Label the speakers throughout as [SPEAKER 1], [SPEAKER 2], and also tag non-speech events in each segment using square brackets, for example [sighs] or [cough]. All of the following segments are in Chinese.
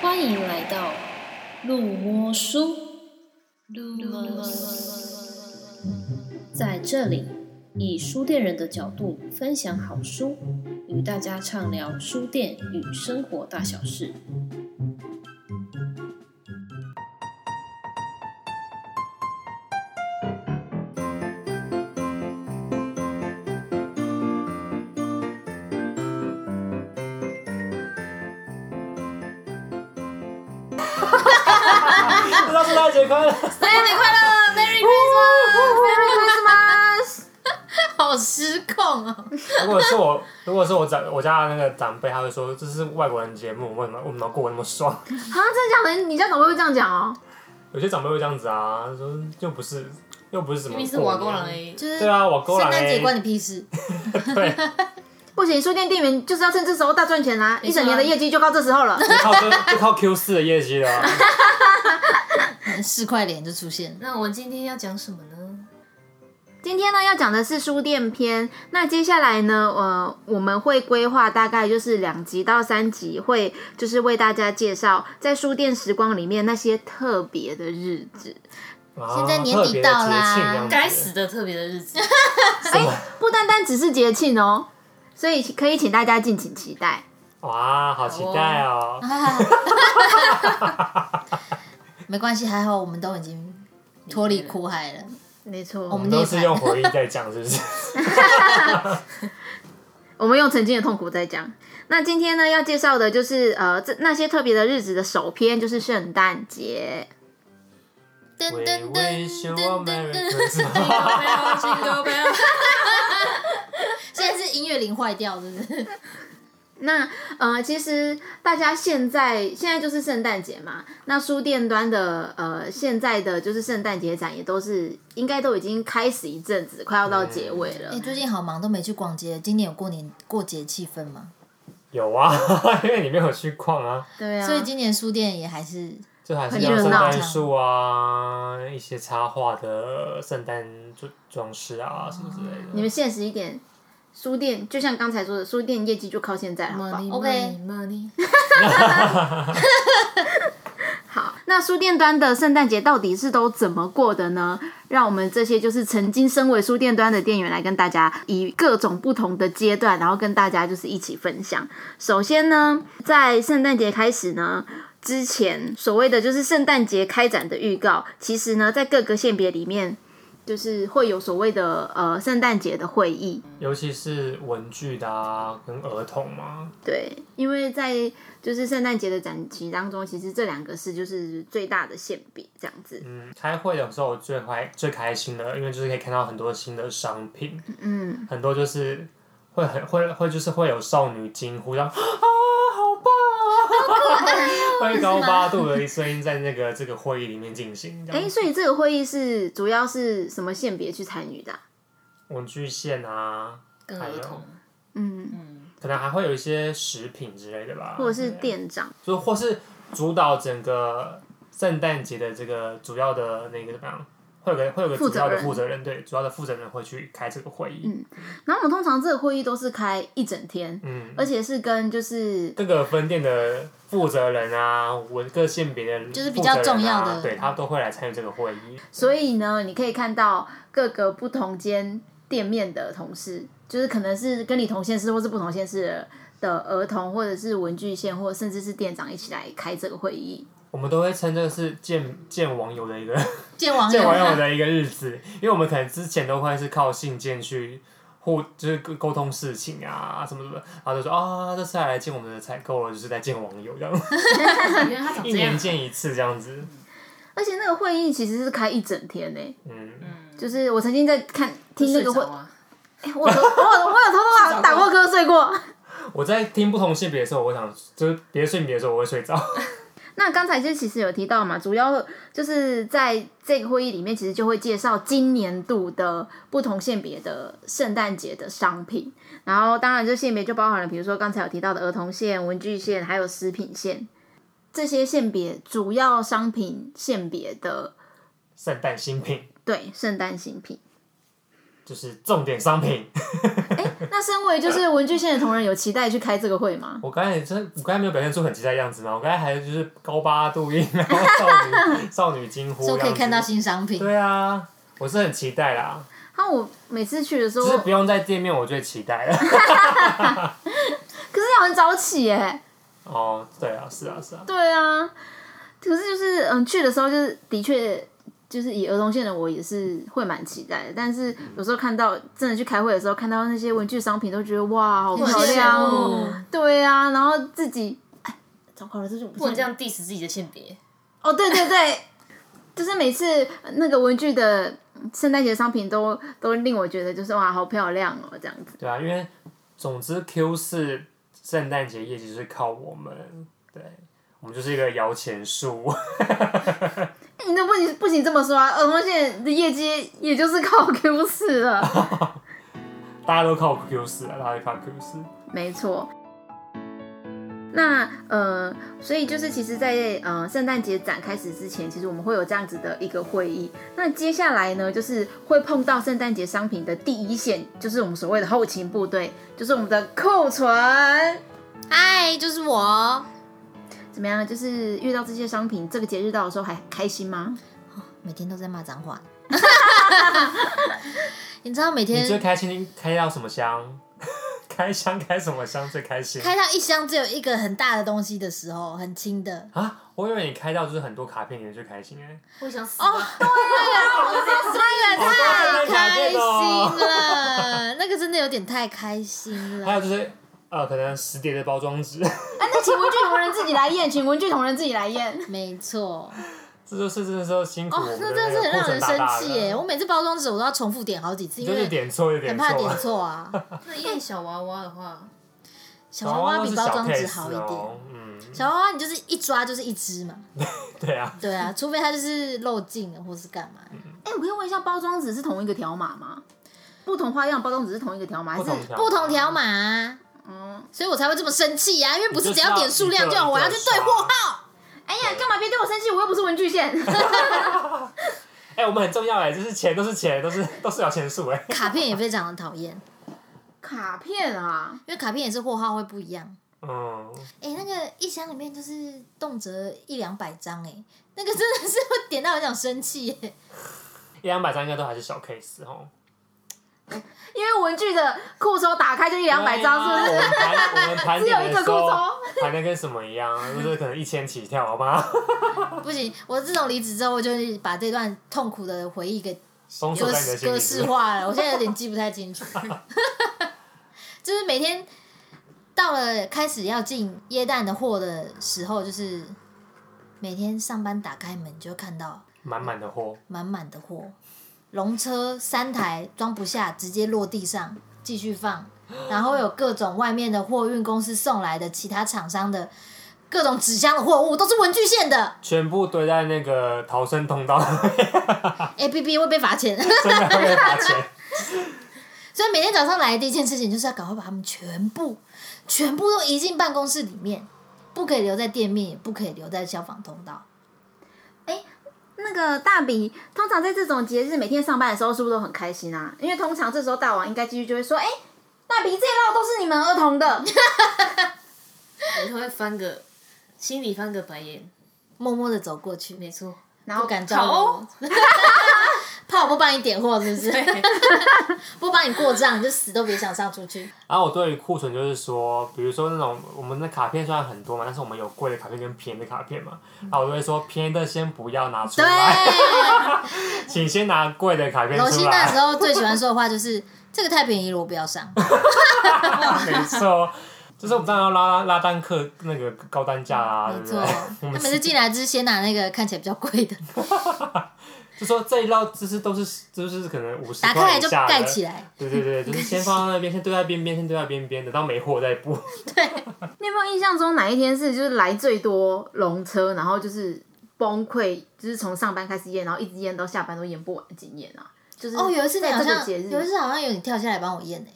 [SPEAKER 1] 欢迎来到路摸书。在这里，以书店人的角度分享好书，与大家畅聊书店与生活大小事。
[SPEAKER 2] 祝大家节快乐！
[SPEAKER 3] 生日快乐，Merry Christmas，Merry Christmas，好失控哦！
[SPEAKER 2] 如果是我，如果是我长我家的那个长辈，他会说这是外国人节目，为什么为什么过得那么爽？
[SPEAKER 3] 啊，真的假的？你家长辈会这样讲哦？
[SPEAKER 2] 有些长辈会这样子啊，他说又不是又不是什么
[SPEAKER 4] 明明是瓦工
[SPEAKER 2] 过
[SPEAKER 4] 人
[SPEAKER 2] 年
[SPEAKER 4] 而已。
[SPEAKER 3] 就是
[SPEAKER 2] 对啊，我勾
[SPEAKER 3] 圣
[SPEAKER 2] 来
[SPEAKER 3] 诞节关你
[SPEAKER 4] [laughs]
[SPEAKER 3] 屁事！
[SPEAKER 2] 对，
[SPEAKER 3] 不行，书店店员就是要趁这时候大赚钱啊！一整年的业绩就靠这时候了。 [laughs]
[SPEAKER 2] 就靠这就靠 Q 四的业绩
[SPEAKER 4] [laughs]
[SPEAKER 2] 了啊。
[SPEAKER 4] 四块脸就出 [laughs] 现。那我今天要讲什么呢？
[SPEAKER 3] 今天呢要讲的是书店篇，那接下来呢，呃，我们会规划大概就是两集到三集，会就是为大家介绍在书店时光里面那些特别的日子。
[SPEAKER 2] 啊
[SPEAKER 3] 现在年底
[SPEAKER 2] 特别的节
[SPEAKER 3] 到啦
[SPEAKER 2] 庆这样子
[SPEAKER 4] 该死的特别的日子，
[SPEAKER 5] [laughs]
[SPEAKER 3] 不单单只是节庆哦，所以可以请大家敬请期待。
[SPEAKER 2] 哇，好期待
[SPEAKER 4] 啊
[SPEAKER 2] 哦！
[SPEAKER 4] 没关系，还好我们都已经脱离苦海了。
[SPEAKER 3] 没错，
[SPEAKER 4] 我
[SPEAKER 2] 我
[SPEAKER 4] 们
[SPEAKER 2] 们都是用回忆在讲，是不是？
[SPEAKER 3] 我们用曾经的痛苦在讲。那今天呢，要介绍的就是呃，这那些特别的日子的首篇就是圣诞节。
[SPEAKER 4] [laughs] 噔
[SPEAKER 2] We
[SPEAKER 4] 噔
[SPEAKER 2] wish you a
[SPEAKER 4] 噔噔
[SPEAKER 2] merry
[SPEAKER 4] 噔
[SPEAKER 2] Christmas。
[SPEAKER 4] 现在是音乐铃坏掉，是不是？
[SPEAKER 3] 那呃，其实大家现在现在就是圣诞节嘛，那书店端的呃，现在的就是圣诞节展也都是应该都已经开始一阵子，快要到结尾了。
[SPEAKER 4] 哎、最近好忙，都没去逛街。今年有过年过节气氛吗？
[SPEAKER 2] 有啊， [laughs] 因为你没有去逛啊，
[SPEAKER 3] 对啊，
[SPEAKER 4] 所以今年书店也还是
[SPEAKER 2] 就还是
[SPEAKER 3] 很
[SPEAKER 2] 有
[SPEAKER 3] 热
[SPEAKER 2] 圣
[SPEAKER 3] 闹
[SPEAKER 2] 诞树啊，一些插画的圣诞装装饰啊，什么之类的。
[SPEAKER 3] 你们现实一点，书店就像刚才说的，书店业绩就靠现在了，好不好？
[SPEAKER 4] OK。
[SPEAKER 3] 好，那书店端的圣诞节到底是都怎么过的呢？让我们这些就是曾经身为书店端的店员来跟大家以各种不同的阶段，然后跟大家就是一起分享。首先呢，在圣诞节开始呢。之前所谓的就是圣诞节开展的预告，其实呢，在各个县别里面，就是会有所谓的呃圣诞节的会议，
[SPEAKER 2] 尤其是文具的啊，跟儿童嘛，
[SPEAKER 3] 对，因为在就是圣诞节的展期当中，其实这两个是就是最大的馅饼这样子。
[SPEAKER 2] 嗯，开会的时候我最开最开心的，因为就是可以看到很多新的商品，
[SPEAKER 3] 嗯，
[SPEAKER 2] 很多就是会很会会就是会有少女惊呼，然后啊，好棒啊，会高八度的声音在那个这个会议里面进行，这
[SPEAKER 3] 哎、
[SPEAKER 2] 样
[SPEAKER 3] 所以这个会议是主要是什么县别去参与的啊、
[SPEAKER 2] 文具线啊，
[SPEAKER 4] 跟
[SPEAKER 2] 还
[SPEAKER 4] 儿
[SPEAKER 2] 有
[SPEAKER 4] 童
[SPEAKER 3] 嗯，
[SPEAKER 2] 可能还会有一些食品之类的吧，
[SPEAKER 3] 或者是
[SPEAKER 2] 对啊
[SPEAKER 3] 店长，
[SPEAKER 2] 就或是主导整个圣诞节的这个主要的那个怎么样？会有个会有个
[SPEAKER 3] 负
[SPEAKER 2] 主
[SPEAKER 3] 责
[SPEAKER 2] 要
[SPEAKER 3] 人
[SPEAKER 2] 的负责人，对，主要的负责人会去开这个会议。
[SPEAKER 4] 嗯
[SPEAKER 3] 然后我们通常这个会议都是开一整天，
[SPEAKER 2] 嗯，
[SPEAKER 3] 而且是跟就是
[SPEAKER 2] 各个分店的负责人啊，文各性别的负责人啊，
[SPEAKER 4] 就是比较重要的
[SPEAKER 2] 对他都会来参与这个会议。
[SPEAKER 3] 所以呢，你可以看到各个不同间店面的同事，就是可能是跟你同县市或是不同县市的的儿童，或者是文具线，或甚至是店长一起来开这个会议。
[SPEAKER 2] 我们都会称这个是见见网友的一个
[SPEAKER 4] 见网
[SPEAKER 2] 见
[SPEAKER 4] 友
[SPEAKER 2] 网友的一个日子， [laughs] 因为我们可能之前都会是靠信件去互就是沟通事情啊什么什么，然后就说啊这次来见我们的采购了，就是在见网友这
[SPEAKER 4] 哦
[SPEAKER 2] 样，
[SPEAKER 4] 原来他长
[SPEAKER 2] 一年见一次这样子。
[SPEAKER 3] 而且那个会议其实是开一整天呢、
[SPEAKER 2] 嗯，
[SPEAKER 3] 就是我曾经在看听那个会，
[SPEAKER 4] 啊，
[SPEAKER 3] 哎我有偷我有我有偷
[SPEAKER 2] [laughs]
[SPEAKER 3] 偷打打过瞌睡过。
[SPEAKER 2] 我在听不同性别的时候，我想就是别的性别的时候，我会睡着。 [laughs]
[SPEAKER 3] 那刚才就其实有提到嘛，主要就是在这个会议里面，其实就会介绍今年度的不同性别的圣诞节的商品，然后当然这性别就包含了，比如说刚才有提到的儿童线、文具线，还有食品线这些性别主要商品性别的
[SPEAKER 2] 圣诞新品
[SPEAKER 3] 对圣诞新品。
[SPEAKER 2] 就是重点商品。
[SPEAKER 3] 那身为就是文具线的同仁，有期待去开这个会吗？ [laughs]
[SPEAKER 2] 我刚才真的，我刚才没有表现出很期待的样子嘛，我刚才还就是高八度 [laughs] 音，然后少女 [laughs] 少女惊呼，
[SPEAKER 4] 就可以看
[SPEAKER 2] 这
[SPEAKER 4] 到
[SPEAKER 2] 样子
[SPEAKER 4] 新商品。
[SPEAKER 2] 对啊，我是很期待啦，
[SPEAKER 3] 然后我每次去的时候，
[SPEAKER 2] 就是
[SPEAKER 3] 可
[SPEAKER 2] 不用在店面，我最期待了。
[SPEAKER 3] 是要很早起耶。
[SPEAKER 2] 哦，对啊，是啊，是啊，
[SPEAKER 3] 对啊，可是就是嗯，去的时候就是的确就是以儿童线的我也是会蛮期待的，但是有时候看到真的去开会的时候，看到那些文具商品，都觉得哇，好漂亮
[SPEAKER 4] 很羡慕。
[SPEAKER 3] 哦对啊，然后自己哎，糟糕了，这就
[SPEAKER 4] 不能这样 diss 自己的性别，
[SPEAKER 3] 哦，对对对，就是每次呃那个文具的嗯圣诞节商品都都令我觉得就是哇，好漂亮哦，这样子。
[SPEAKER 2] 对啊，因为总之 Q 四圣诞节业绩是靠我们，对我们就是一个摇钱树。 [laughs]
[SPEAKER 3] 哎你都不行不行这么说啊，儿童线的业绩也就是靠 Q 四了，
[SPEAKER 2] 大家都靠 Q 四啊，大家都靠 Q 四。
[SPEAKER 3] 没错。那呃，所以就是其实在，呃圣诞节展开始之前，其实我们会有这样子的一个会议。那接下来呢，就是会碰到圣诞节商品的第一线，就是我们所谓的后勤部队，就是我们的库存。
[SPEAKER 4] 嗨，就是我，
[SPEAKER 3] 怎么样？就是遇到这些商品，这个节日到的时候还开心吗？
[SPEAKER 4] 每天都在骂脏话。 [laughs] 你知道每
[SPEAKER 2] 你最
[SPEAKER 4] 天
[SPEAKER 2] 开心开到什么香？ [laughs] 开箱开什么香最开心？
[SPEAKER 4] 开到一箱只有一个很大的东西的时候，很轻的，
[SPEAKER 2] 啊，我以为你开到就是很多卡片，你最开心哎、
[SPEAKER 4] 我想死哦，
[SPEAKER 3] 啊
[SPEAKER 2] 欸。太
[SPEAKER 4] 开心！了， [laughs] 那个真的有点太开心
[SPEAKER 2] 还有
[SPEAKER 4] 了。
[SPEAKER 2] 就是呃，可能十叠的包装纸， [laughs]
[SPEAKER 3] 哎、那请文具同仁自己来验，请文具同仁自己来验。
[SPEAKER 4] 没错，
[SPEAKER 2] 这就是这时候辛苦我
[SPEAKER 4] 哦
[SPEAKER 2] 们，
[SPEAKER 4] 那
[SPEAKER 2] 的
[SPEAKER 4] 真的
[SPEAKER 2] 那
[SPEAKER 4] 是很
[SPEAKER 2] 个
[SPEAKER 4] 让
[SPEAKER 2] 库存
[SPEAKER 4] 人
[SPEAKER 2] 大
[SPEAKER 4] 生
[SPEAKER 2] 大
[SPEAKER 4] 气耶！
[SPEAKER 2] 的，
[SPEAKER 4] 我每次包装纸我都要重复点好几次，
[SPEAKER 2] 你
[SPEAKER 4] 因
[SPEAKER 2] 就是
[SPEAKER 4] 为
[SPEAKER 2] 点错就
[SPEAKER 4] 很
[SPEAKER 2] 点
[SPEAKER 4] 怕点
[SPEAKER 2] 错。 [laughs]
[SPEAKER 4] 错啊。
[SPEAKER 5] 那验小娃娃的话，
[SPEAKER 4] 小娃娃
[SPEAKER 2] 都
[SPEAKER 4] 比
[SPEAKER 2] 是
[SPEAKER 4] 包
[SPEAKER 2] 小
[SPEAKER 4] 装纸
[SPEAKER 2] case
[SPEAKER 4] 好一点，
[SPEAKER 2] 哦，嗯，
[SPEAKER 4] 小娃娃你就是一抓就是一只嘛，
[SPEAKER 2] 对啊，
[SPEAKER 4] 对啊，除非它就是漏镜了或是干嘛，
[SPEAKER 3] 哎、我可以问一下，包装纸是同一个条码吗？不同花样包装纸是同一个条码，还
[SPEAKER 2] 不
[SPEAKER 3] 是
[SPEAKER 2] 同条
[SPEAKER 4] 不同条码啊，
[SPEAKER 3] 嗯？
[SPEAKER 4] 所以我才会这么生气啊呀，因为不是
[SPEAKER 2] 你就
[SPEAKER 4] 只
[SPEAKER 2] 知道
[SPEAKER 4] 要点数量就好，
[SPEAKER 2] 你就
[SPEAKER 4] 我
[SPEAKER 2] 有
[SPEAKER 4] 要
[SPEAKER 2] 一
[SPEAKER 4] 去
[SPEAKER 2] 个
[SPEAKER 4] 对货号。
[SPEAKER 3] 哎呀，干嘛别对我生气？我又不是文具线。
[SPEAKER 2] 哎、我们很重要哎，就是钱都是钱，都是 [laughs] 都是摇钱树哎。
[SPEAKER 4] [laughs] 卡片也非常的讨厌，
[SPEAKER 3] 卡片啊，
[SPEAKER 4] 因为卡片也是货号会不一样。
[SPEAKER 2] 嗯，
[SPEAKER 4] 哎、那个一箱里面就是动辄一两百张，哎，那个真的是会点到很想生气耶。
[SPEAKER 2] 一两百张应该都还是小 case 哦。
[SPEAKER 3] 因为文具的库抽打开就一两百张，是不
[SPEAKER 2] 对
[SPEAKER 4] 哦
[SPEAKER 3] 是？
[SPEAKER 2] 啊我们盘我们盘
[SPEAKER 3] 只有
[SPEAKER 2] 点
[SPEAKER 3] 一
[SPEAKER 2] 的
[SPEAKER 3] 个
[SPEAKER 2] 时候
[SPEAKER 3] 裤衩
[SPEAKER 2] 盘的跟什么一样，就是可能一千起跳，好吗？
[SPEAKER 3] [laughs]
[SPEAKER 4] 不行，我自从离职之后，我就是把这段痛苦的回忆给
[SPEAKER 2] 封锁
[SPEAKER 4] 格
[SPEAKER 2] 在你的心
[SPEAKER 4] 格
[SPEAKER 2] 里
[SPEAKER 4] 式
[SPEAKER 2] 是不是。
[SPEAKER 4] 化了，我现在有点记不太清楚。 [laughs] 就是每天到了开始要进耶诞的货的时候，就是每天上班打开门就看到
[SPEAKER 2] 满满的货，
[SPEAKER 4] 满满的货，龙车三台装不下，直接落地上继续放，然后有各种外面的货运公司送来的其他厂商的各种纸箱的货物，都是文具线的。
[SPEAKER 2] 全部堆在那个逃生通道，
[SPEAKER 4] A P P 会被罚钱，
[SPEAKER 2] 真的会被罚钱。
[SPEAKER 4] [laughs] 所以每天早上来的第一件事情就是要赶快把它们全部、全部都移进办公室里面，不可以留在店面，也不可以留在消防通道。
[SPEAKER 3] 那个大比，通常在这种节日每天上班的时候，是不是都很开心啊？因为通常这时候大王应该继续就会说：“哎、大比这一摞都是你们儿童
[SPEAKER 4] [laughs]
[SPEAKER 3] 的。”
[SPEAKER 5] 我就会翻个心里翻个白眼。
[SPEAKER 4] 默默的走过去，
[SPEAKER 5] 没错，
[SPEAKER 3] 然
[SPEAKER 4] 不
[SPEAKER 3] 后
[SPEAKER 4] 敢
[SPEAKER 5] 好
[SPEAKER 4] 招
[SPEAKER 5] 哦
[SPEAKER 4] 我， [laughs] 怕我不帮你点货是不是？ [laughs] 不帮你过账，你就死都别想上出去。
[SPEAKER 2] [laughs] 然后我对于库存就是说，比如说那种我们的卡片虽然很多嘛，但是我们有贵的卡片跟便宜的卡片嘛，然后我就会说便宜的先不要拿出
[SPEAKER 4] 对，
[SPEAKER 2] [laughs] 来，请先拿贵的卡片
[SPEAKER 4] 哎罗
[SPEAKER 2] 出
[SPEAKER 4] 西那时
[SPEAKER 2] 来。
[SPEAKER 4] 候最喜欢说的话就是：“这个太便宜了，我不要上。
[SPEAKER 2] 没错，就是我们当然要拉拉拉单客那个高单价啦，” [laughs] 对
[SPEAKER 4] 没
[SPEAKER 2] 不
[SPEAKER 4] 错
[SPEAKER 2] 对？我，
[SPEAKER 4] 他
[SPEAKER 2] 们
[SPEAKER 4] 每次进来就是先拿那个看起来比较贵的，
[SPEAKER 2] 就说这一道就是都是就是可能五十
[SPEAKER 4] 打开
[SPEAKER 2] 块
[SPEAKER 4] 来
[SPEAKER 2] 以
[SPEAKER 4] 就
[SPEAKER 2] 下
[SPEAKER 4] 盖
[SPEAKER 2] 的，
[SPEAKER 4] 起来。
[SPEAKER 2] 对对对，就是先放到那边，先堆在边边，先堆在边边，等到没货再补。
[SPEAKER 3] 你有没有印象中哪一天是就是来最多龙车，然后就是崩溃，就是从上班开始验，然后一直验到下班都验不完的经验啊？就是
[SPEAKER 4] 哦，有一次你
[SPEAKER 3] 在
[SPEAKER 4] 好
[SPEAKER 3] 这个
[SPEAKER 4] 像
[SPEAKER 3] 节日，
[SPEAKER 4] 有一次好像有你跳下来帮我验诶，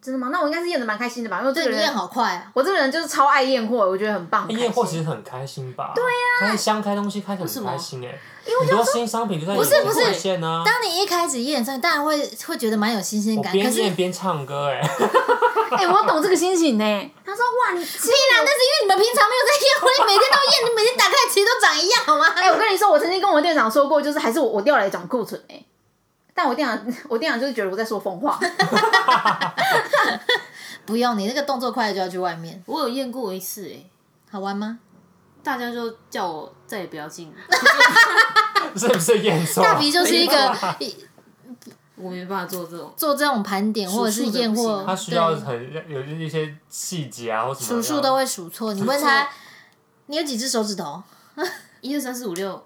[SPEAKER 3] 真的吗？那我应该是验的蛮开心的吧，因为我这
[SPEAKER 4] 欸对
[SPEAKER 3] 个
[SPEAKER 4] 你
[SPEAKER 3] 人
[SPEAKER 4] 验好快啊！
[SPEAKER 3] 我这个人就是超爱验货，我觉得很棒。
[SPEAKER 2] 哎验货其
[SPEAKER 3] 实
[SPEAKER 2] 实很开心吧？对呀、开箱开东西开得很开心哎、很多新商品就在你
[SPEAKER 4] 不是
[SPEAKER 2] 眼
[SPEAKER 4] 不是
[SPEAKER 2] 前出现啊！
[SPEAKER 4] 当你一开始验的时候，你当然会会觉得蛮有新鲜
[SPEAKER 2] 我
[SPEAKER 4] 感，可
[SPEAKER 2] 边
[SPEAKER 4] 是
[SPEAKER 2] 验边唱歌哎、
[SPEAKER 3] 哎、我懂这个心情呢、他说：“哇，你
[SPEAKER 4] 必然，但是因为你们平常没有在验货，你每天都验，你每天打开来其实都长一样，好吗？
[SPEAKER 3] 哎、我跟你说，我曾经跟我店长说过，就是还是我我调来长库存哎、但我店长 [laughs] 我店长就是觉得我在说疯话。
[SPEAKER 4] 不用，你那个动作快了就要去外面，
[SPEAKER 5] 我有验过一次、欸，
[SPEAKER 4] 好玩吗？
[SPEAKER 5] 大家就叫我再也不要进，
[SPEAKER 2] 是不是验错？
[SPEAKER 4] 大皮就是一个
[SPEAKER 5] 我没办法做这种。
[SPEAKER 4] 做这种盘点或者是验
[SPEAKER 5] 数数
[SPEAKER 4] 货
[SPEAKER 5] 的不行，
[SPEAKER 2] 他需要很有一些细节啊，或什么
[SPEAKER 4] 对数
[SPEAKER 2] 的
[SPEAKER 4] 数都会数错。你问他，你有几只手指头？ [laughs]
[SPEAKER 5] 一二三四五六，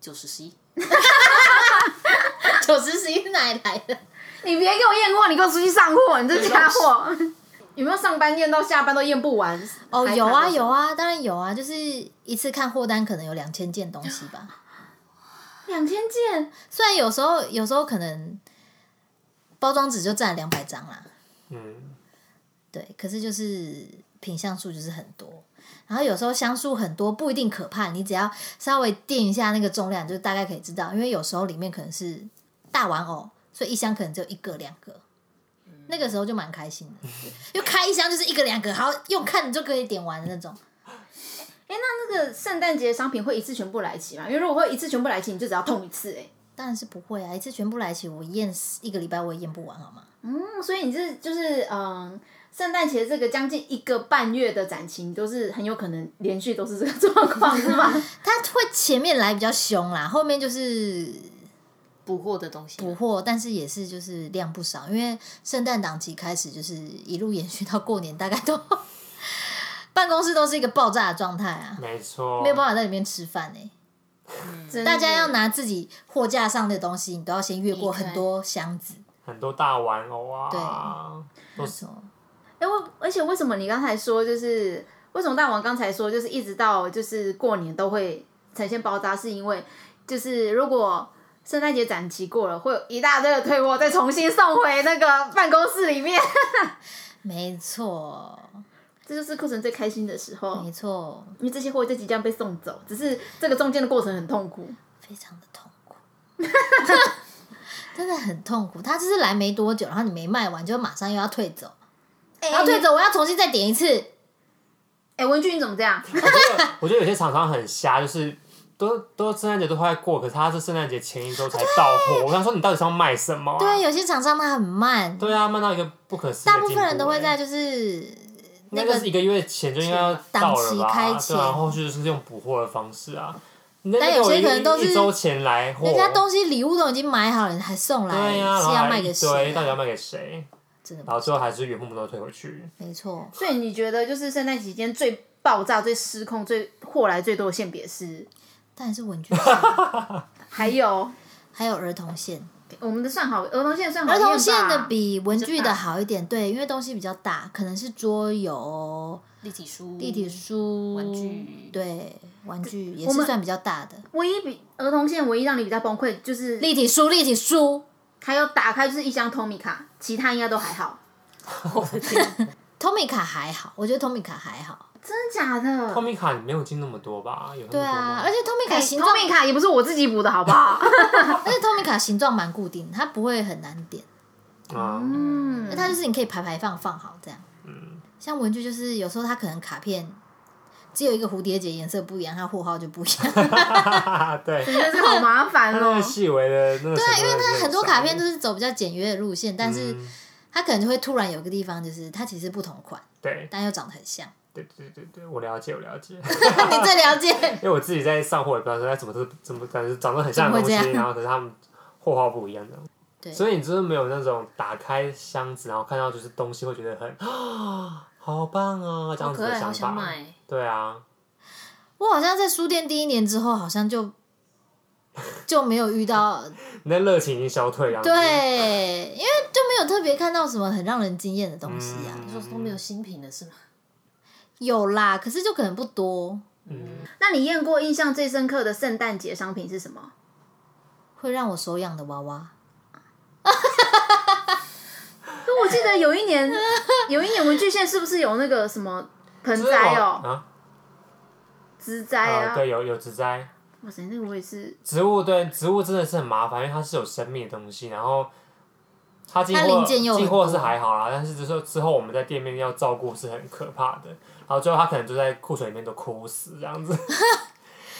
[SPEAKER 5] 九十十一，
[SPEAKER 4] 九十十一是哪里来的？
[SPEAKER 3] 你别给我验货，你给我出去上货，你这家伙 [laughs] 有没有上班验到下班都验不完？
[SPEAKER 4] 哦，
[SPEAKER 3] 还
[SPEAKER 4] 有啊
[SPEAKER 3] 看到
[SPEAKER 4] 有啊，当然有啊，就是一次看货单可能有两千件东西吧。
[SPEAKER 3] 两千件，
[SPEAKER 4] 虽然有时候有时候可能包装纸就占两百张啦，
[SPEAKER 2] 嗯，
[SPEAKER 4] 对，可是就是品相数就是很多，然后有时候箱数很多不一定可怕，你只要稍微掂一下那个重量，就大概可以知道，因为有时候里面可能是大玩偶，所以一箱可能只有一个两个。那个时候就蛮开心的，就开一箱就是一个两个，好用看你就可以点完的那种。
[SPEAKER 3] 那个圣诞节商品会一次全部来齐吗？因为如果会一次全部来齐，你就只要痛一次哎、
[SPEAKER 4] 当然是不会啊，一次全部来齐，我验一个礼拜我也验不完，好吗？
[SPEAKER 3] 嗯，所以你这就是嗯，圣诞节这个将近一个半月的展期，你都是很有可能连续都是这个状况，是吧？
[SPEAKER 4] 他会前面来比较凶啦，后面就是
[SPEAKER 5] 补货的东西。啊
[SPEAKER 4] 补货，但是也是就是量不少，因为圣诞档期开始就是一路延续到过年，大概都 [laughs] 办公室都是一个爆炸的状态啊，
[SPEAKER 2] 没错，
[SPEAKER 4] 没有办法在里面吃饭呢、
[SPEAKER 3] 真的
[SPEAKER 4] 大家要拿自己货架上的东西，你都要先越过很多箱子，
[SPEAKER 2] 很多大玩偶啊，都是
[SPEAKER 4] 什么
[SPEAKER 3] 哎、我而且为什么你刚才说就是为什么大王刚才说就是一直到就是过年都会呈现包扎，是因为就是如果圣诞节展期过了，会有一大堆的退货再重新送回那个办公室里面， [laughs]
[SPEAKER 4] 没错，
[SPEAKER 3] 这就是库存最开心的时候，
[SPEAKER 4] 没错，
[SPEAKER 3] 因为这些货就即将被送走，只是这个中间的过程很痛苦。
[SPEAKER 4] 非常的痛苦。真的很痛苦，他就是来没多久，然后你没卖完，就马上又要退走，然后退走，我要重新再点一次，
[SPEAKER 3] 哎、文俊你怎么这样？ [laughs]
[SPEAKER 2] 我觉得，我觉得有些厂商很瞎，就是都都圣诞节都快过，可是他是圣诞节前一周才到货。我想说，你到底是要卖什么、啊？
[SPEAKER 4] 对，有些厂商他很慢，
[SPEAKER 2] 对啊，慢到一个不可思议、
[SPEAKER 4] 大部分人都会在，就是
[SPEAKER 2] 欸那
[SPEAKER 4] 那
[SPEAKER 2] 个
[SPEAKER 4] 个
[SPEAKER 2] 是一个月前就应该要到
[SPEAKER 4] 档
[SPEAKER 2] 了
[SPEAKER 4] 期
[SPEAKER 2] 吧？
[SPEAKER 4] 开
[SPEAKER 2] 对
[SPEAKER 4] 前
[SPEAKER 2] 啊，后续就是用补货的方式啊。那
[SPEAKER 4] 但有些可能都是
[SPEAKER 2] 一周前来货，
[SPEAKER 4] 人家东西礼物都已经买好了，你还送来，
[SPEAKER 2] 对啊呀、然后
[SPEAKER 4] 是要
[SPEAKER 2] 还
[SPEAKER 4] 卖
[SPEAKER 2] 一
[SPEAKER 4] 给
[SPEAKER 2] 堆
[SPEAKER 4] 谁
[SPEAKER 2] 到底要
[SPEAKER 4] 啊？
[SPEAKER 2] 卖给谁？
[SPEAKER 4] 真的
[SPEAKER 2] 然后最后还是原封不动退回去。
[SPEAKER 4] 没错，
[SPEAKER 3] 所以你觉得就是圣诞期间最爆炸、最失控、最货来最多的性别是？
[SPEAKER 4] 但是
[SPEAKER 2] [laughs]
[SPEAKER 4] 文具线
[SPEAKER 3] 还有
[SPEAKER 4] 还有儿童线，
[SPEAKER 3] 我们的算好儿童线算
[SPEAKER 4] 嗯
[SPEAKER 3] 好
[SPEAKER 4] 儿
[SPEAKER 3] 验吧，
[SPEAKER 4] 童线的比文具的好一点，对，因为东西比较大，可能是桌游、
[SPEAKER 5] 立体书，
[SPEAKER 4] 立体书、
[SPEAKER 5] 玩具
[SPEAKER 4] 对，玩具也
[SPEAKER 3] 我
[SPEAKER 4] 是
[SPEAKER 3] 们
[SPEAKER 4] 算比较大的。
[SPEAKER 3] 唯一比儿童线唯一让你比较崩溃，就是
[SPEAKER 4] 立体书，立体书，
[SPEAKER 3] 还有打开就是一箱 Tommy 卡，其他应该都还好。
[SPEAKER 4] 透明卡还好，我觉得透明卡还好。
[SPEAKER 3] 真的假
[SPEAKER 2] 透
[SPEAKER 3] 的？哎
[SPEAKER 2] 明卡你没有进那么多吧？哎有那么多
[SPEAKER 4] 对
[SPEAKER 2] 吗
[SPEAKER 4] 啊，而且透明卡形状
[SPEAKER 3] Tommy 卡也不是我自己补的，好不 [laughs] 好？
[SPEAKER 4] 而且透明卡形状蛮固定，它不会很难点，
[SPEAKER 2] 嗯，
[SPEAKER 3] 嗯，
[SPEAKER 4] 它就是你可以排排放放好这样。像文具就是有时候它可能卡片只有一个蝴蝶结颜色不一样，它货号就不一样。嗯
[SPEAKER 2] [laughs] 对，
[SPEAKER 3] 真的是好麻烦
[SPEAKER 2] 它那
[SPEAKER 3] 哦
[SPEAKER 2] 个。细微的那个程度真的是少，对
[SPEAKER 4] 啊因为它很多卡片都
[SPEAKER 2] 是，
[SPEAKER 4] 是走比较简约的路线，但是它可能就会突然有个地方就是它其实不同款，
[SPEAKER 2] 对
[SPEAKER 4] 但又长得很像。 [laughs]
[SPEAKER 2] 对对对对，我了解我了解， [laughs]
[SPEAKER 4] 你最了解，
[SPEAKER 2] 因为我自己在上货也不知道说哎怎么都怎么感觉长得很像的东
[SPEAKER 4] 怎
[SPEAKER 2] 西，
[SPEAKER 4] 么会这
[SPEAKER 2] 然
[SPEAKER 4] 样
[SPEAKER 2] 后可是他们货号不一样的。
[SPEAKER 4] 对
[SPEAKER 2] 所以你真的没有那种打开箱子，然后看到就是东西会觉得很 [gasps] 啊，好棒哦，这
[SPEAKER 5] 好
[SPEAKER 2] 样子
[SPEAKER 5] 可
[SPEAKER 2] 的
[SPEAKER 5] 爱，好
[SPEAKER 2] 想
[SPEAKER 5] 想
[SPEAKER 2] 法。
[SPEAKER 5] 买。
[SPEAKER 2] 对啊，
[SPEAKER 4] 我好像在书店第一年之后，好像就就没有遇到
[SPEAKER 2] 你的热情已经消退了。
[SPEAKER 4] 对，因为就没有特别看到什么很让人惊艳的
[SPEAKER 2] 嗯
[SPEAKER 4] 东西啊。
[SPEAKER 5] 你说都没有新品了是吗？
[SPEAKER 4] 有啦，可是就可能不多，
[SPEAKER 3] 那你验过印象最深刻的圣诞节商品是什么？
[SPEAKER 4] 会让我手痒的娃娃。
[SPEAKER 3] 可我觉记得有一 [laughs] 年，有一年文具县是不是有那个什么盆栽哦、
[SPEAKER 2] 啊，
[SPEAKER 3] 植栽
[SPEAKER 2] 啊
[SPEAKER 3] 啊？
[SPEAKER 2] 对，有有植栽，
[SPEAKER 3] 哇塞，那个我也是，
[SPEAKER 2] 植物对植物真的是很麻烦，因为它是有生命的东西，然后它进
[SPEAKER 4] 它
[SPEAKER 2] 货
[SPEAKER 4] 零件又很
[SPEAKER 2] 进货是
[SPEAKER 4] 多
[SPEAKER 2] 还好啦，但是就是说之后我们在店面要照顾是很可怕的，然后最后它可能就在库存里面都哭死这样子。 [laughs]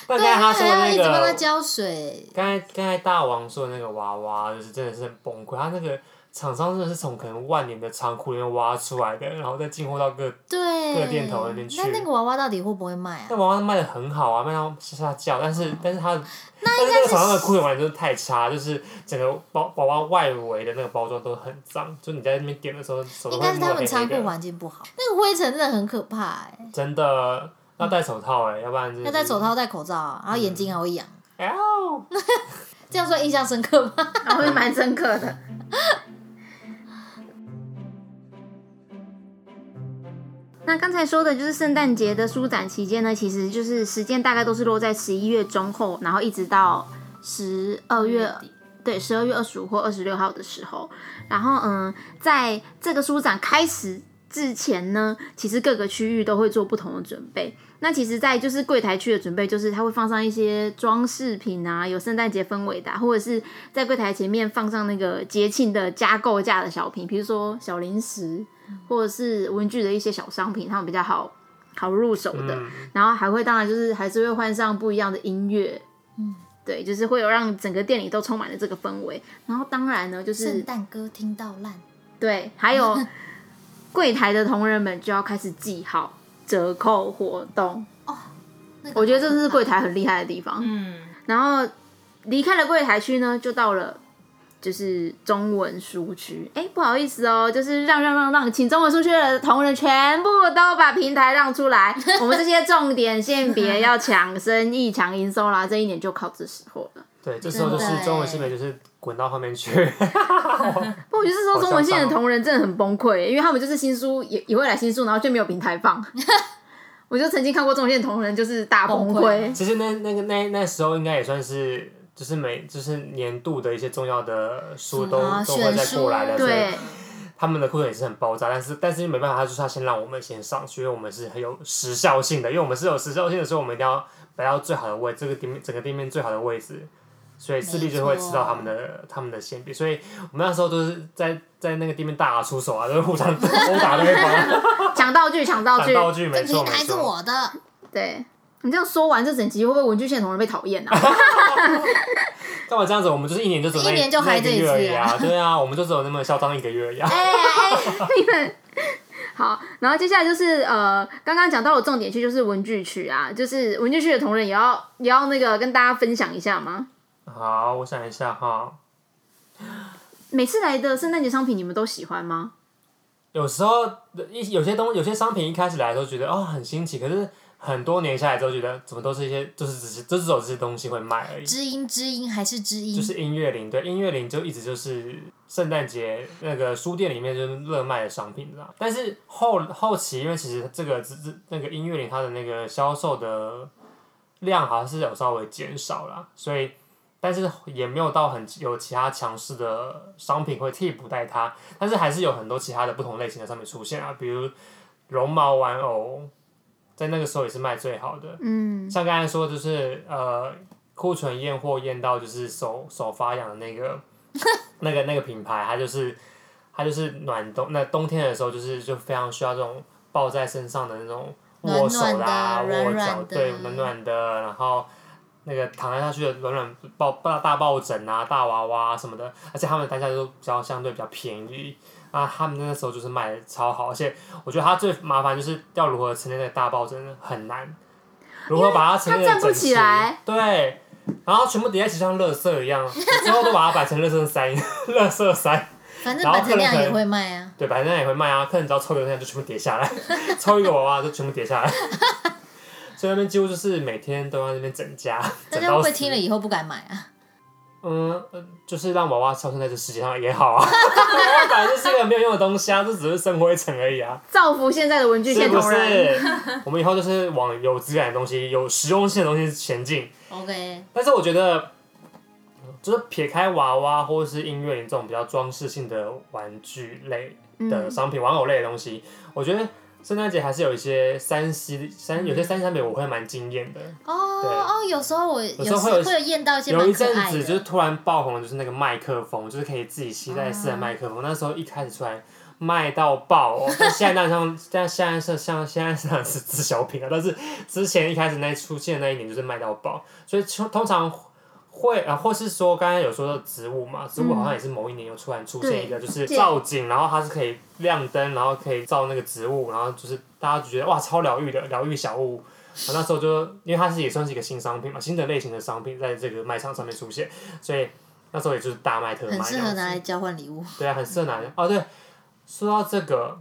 [SPEAKER 2] 但刚才他说
[SPEAKER 4] 还
[SPEAKER 2] 的
[SPEAKER 4] 要
[SPEAKER 2] 那
[SPEAKER 4] 啊一直帮他
[SPEAKER 2] 个，
[SPEAKER 4] 浇水，
[SPEAKER 2] 刚才刚才大王说的那个娃娃，就是真的是很崩溃，他那个厂商真的是从可能万年的仓库里面挖出来的，然后再进货到各
[SPEAKER 4] 对，
[SPEAKER 2] 各店头那边去
[SPEAKER 4] 那那个娃娃到底会不会卖啊？
[SPEAKER 2] 那娃娃卖的很好啊，卖到下叫，但是但是它，但是那个厂商的库存管理真的太差，就是整个包娃娃外围的那个包装都很脏，就你在那边点的时候手都
[SPEAKER 4] 应
[SPEAKER 2] 会
[SPEAKER 4] 该是
[SPEAKER 2] 摸
[SPEAKER 4] 他
[SPEAKER 2] 得
[SPEAKER 4] 们
[SPEAKER 2] 黑
[SPEAKER 4] 仓
[SPEAKER 2] 黑
[SPEAKER 4] 库
[SPEAKER 2] 的，
[SPEAKER 4] 环境不好，那个灰尘真的很可怕哎、
[SPEAKER 2] 真的要戴手套哎、要不然真的
[SPEAKER 4] 要
[SPEAKER 2] 是
[SPEAKER 4] 戴手。套、戴口罩啊，然后眼睛还会痒。
[SPEAKER 2] 哎呦，
[SPEAKER 4] 这样算印象深刻
[SPEAKER 2] 嗯
[SPEAKER 4] 吗？
[SPEAKER 3] 然后也蛮深刻的。那刚才说的就是圣诞节的书展期间呢，其实就是时间大概都是落在十一月中后，然后一直到十二月
[SPEAKER 5] 底
[SPEAKER 3] 对，十二月二十五或二十六号的时候，然后嗯，在这个书展开始之前呢，其实各个区域都会做不同的准备。那其实，在就是柜台区的准备，就是它会放上一些装饰品啊，有圣诞节氛围的啊、或者是在柜台前面放上那个节庆的加购价的小品，比如说小零食或者是文具的一些小商品，他们比较好好入手的。
[SPEAKER 2] 嗯，
[SPEAKER 3] 然后还会当然就是还是会换上不一样的音乐，
[SPEAKER 4] 嗯，
[SPEAKER 3] 对，就是会有让整个店里都充满了这个氛围。然后当然呢，就
[SPEAKER 4] 圣
[SPEAKER 3] 是
[SPEAKER 4] 诞歌听到烂，
[SPEAKER 3] 对，
[SPEAKER 4] [laughs]
[SPEAKER 3] 还有柜台的同仁们就要开始记好折扣活
[SPEAKER 4] 哦
[SPEAKER 3] 动，
[SPEAKER 4] 那个
[SPEAKER 3] 我觉得这是柜台很厉害的地方。
[SPEAKER 5] 嗯，
[SPEAKER 3] 然后离开了柜台区呢，就到了。就是中文书区，哎、不好意思哦，就是让让让让，请中文书区的同仁全部都把平台让出来，我们这些重点性别要抢生意、抢营收啦，这一年就靠这时候了。
[SPEAKER 2] 对，这时候就
[SPEAKER 4] 真的
[SPEAKER 2] 是
[SPEAKER 4] 欸
[SPEAKER 2] 中文性别就是滚到后面去，
[SPEAKER 3] 不，我就是说中文系的同仁真的很崩溃，因为他们就是新书也也会来新书，然后却没有平台放。我就曾经看过中文系的同仁就是大崩
[SPEAKER 4] 崩溃
[SPEAKER 2] [laughs]
[SPEAKER 3] 溃，
[SPEAKER 2] 其实那那个那那时候应该也算是。就是每就是年度的一些重要的书都
[SPEAKER 4] 啊
[SPEAKER 2] 都会
[SPEAKER 4] 选
[SPEAKER 2] 再
[SPEAKER 4] 书
[SPEAKER 2] 过来了，所以
[SPEAKER 3] 对，
[SPEAKER 2] 他们的库存也是很爆炸，但是但是没办法，他就是他先让我们先上去，因为我们是很有时效性的，因为我们是有时效性的，所以我们一定要摆到最好的位，这个店面整个店面最好的位置，所以势必就会吃到他们的他们的馅饼，所以我们那时候都是在在那个店面大打出手啊，就是互
[SPEAKER 4] [laughs]
[SPEAKER 2] 相殴打对方，
[SPEAKER 3] 抢道具，抢道
[SPEAKER 2] 抢
[SPEAKER 3] 具，
[SPEAKER 2] 道具，没
[SPEAKER 4] [laughs] 这
[SPEAKER 2] 错
[SPEAKER 4] 平
[SPEAKER 2] 没
[SPEAKER 4] 台是
[SPEAKER 2] 错，
[SPEAKER 4] 我的，
[SPEAKER 3] 对。你这样说完，这整集会不会文具线同仁被讨厌啊？
[SPEAKER 2] 干嘛这样子？我们就是一年就只有那
[SPEAKER 4] 一年就
[SPEAKER 2] 那
[SPEAKER 4] 嗨
[SPEAKER 2] 一
[SPEAKER 4] 这一
[SPEAKER 2] 个
[SPEAKER 4] 次啊
[SPEAKER 2] 月而已啊，对啊，我们就只有那么嚣张一个月而已啊。
[SPEAKER 3] 你们好，然后接下来就是呃，刚刚讲到的重点区就是文具区啊，就是文具区的同仁也要也要那个跟大家分享一下吗？
[SPEAKER 2] 好，我想一下哈，
[SPEAKER 3] 每次来的圣诞节商品你们都喜欢吗？
[SPEAKER 2] 有时候一有些东有些商品一开始来的时候觉得哦很新奇，可是很多年下来之后觉得怎么都是一些就是只是就是只有这些东西会卖而已。
[SPEAKER 4] 知音知音还是知音，
[SPEAKER 2] 就是音乐林，对音乐林就一直就是圣诞节那个书店里面就是热卖的商品啦。但是后后期因为其实这个这这那个音乐林它的那个销售的量好像是有稍微减少啦，所以但是也没有到很有其他强势的商品会替补代它，但是还是有很多其他的不同类型的商品出现啊，比如绒毛玩偶，在那个时候也是卖最好的。
[SPEAKER 3] 嗯，
[SPEAKER 2] 像刚才说，就是呃，库存验货验到就是手手发痒的那
[SPEAKER 4] [laughs]
[SPEAKER 2] 个那个那个品牌，它就是它就是暖冬，那冬天的时候就是就非常需要这种抱在身上的那种握手啦、握
[SPEAKER 4] 暖暖的软
[SPEAKER 2] 脚，
[SPEAKER 4] 软的
[SPEAKER 2] 对，暖暖的，然后。那个躺在下去的软软抱大大抱枕啊、大娃娃啊什么的，而且他们的单价都比较相对比较便宜啊，他们那时候就是卖的超好，而且我觉得它最麻烦就是要如何陈列那个大抱枕很难，如何把它陈列
[SPEAKER 3] 它
[SPEAKER 2] 的
[SPEAKER 3] 站不
[SPEAKER 2] 整
[SPEAKER 3] 起
[SPEAKER 2] 齐
[SPEAKER 3] 来，
[SPEAKER 2] 对，然后全部叠在一起像垃圾一
[SPEAKER 4] [laughs]
[SPEAKER 2] 样，之后都把它摆成垃圾塞， [laughs] 垃圾塞，
[SPEAKER 4] 反正
[SPEAKER 2] 然后
[SPEAKER 4] 板材量
[SPEAKER 2] 客人
[SPEAKER 4] 也会卖啊。
[SPEAKER 2] 对，摆在那也会卖啊，客人只要抽一个东西就全部叠下
[SPEAKER 4] [laughs]
[SPEAKER 2] 来，抽一个娃娃就全部叠下来，所以那边几乎就是每天都在那边整
[SPEAKER 4] [laughs]
[SPEAKER 2] 家，
[SPEAKER 4] 大
[SPEAKER 2] 整
[SPEAKER 4] 家
[SPEAKER 2] 到
[SPEAKER 4] 会不会
[SPEAKER 2] 死。
[SPEAKER 4] 听了以后不敢买啊？
[SPEAKER 2] 嗯，呃就是让娃娃消失在这世界上也好啊， [laughs] 娃娃本来就是一个没有用的东西啊，这只是生灰尘而已啊，
[SPEAKER 3] 造福现在的文具
[SPEAKER 2] 是
[SPEAKER 3] 线
[SPEAKER 2] 不
[SPEAKER 3] 同仁。
[SPEAKER 2] 是？我们以后就是往有质感的东西、有实用性的东西前进。
[SPEAKER 4] OK，
[SPEAKER 2] 但是我觉得，就是撇开娃娃或是音乐这种比较装饰性的玩具类，
[SPEAKER 3] 嗯
[SPEAKER 2] 的商品、玩偶类的东西，我觉得圣诞节还是有一些三 C 三有些三 C 产品我会蛮惊艳的。
[SPEAKER 4] 哦
[SPEAKER 2] 对
[SPEAKER 4] 哦，有时候我有
[SPEAKER 2] 时候会有
[SPEAKER 4] 时会有验到一些
[SPEAKER 2] 有
[SPEAKER 4] 蛮
[SPEAKER 2] 一
[SPEAKER 4] 可
[SPEAKER 2] 阵
[SPEAKER 4] 爱
[SPEAKER 2] 子就是
[SPEAKER 4] 的，
[SPEAKER 2] 突然爆红，就是那个麦克风，就是可以自己携带式的麦克风。那时候一开始出来卖到爆哦，但现在那像但现在是像现在上是滞销品啊，但是之前一开始那出现那一年就是卖到爆，所以通通常会啊、呃或是说刚刚有说到植物嘛，植物好像也是某一年有突然出现一个就是
[SPEAKER 3] 对
[SPEAKER 2] 造景，然后它是可以亮灯，然后可以照那个植物，然后就是大家就觉得哇超疗愈的疗愈小物。啊，那时候就因为它是也算是一个新商品嘛，新的类型的商品在这个卖场上面出现，所以那时候也就是大卖特卖
[SPEAKER 4] 很
[SPEAKER 2] 这
[SPEAKER 4] 适
[SPEAKER 2] 样
[SPEAKER 4] 合
[SPEAKER 2] 子。
[SPEAKER 4] 拿来交换礼物。
[SPEAKER 2] 对啊，很适合拿来哦，对，说到这个，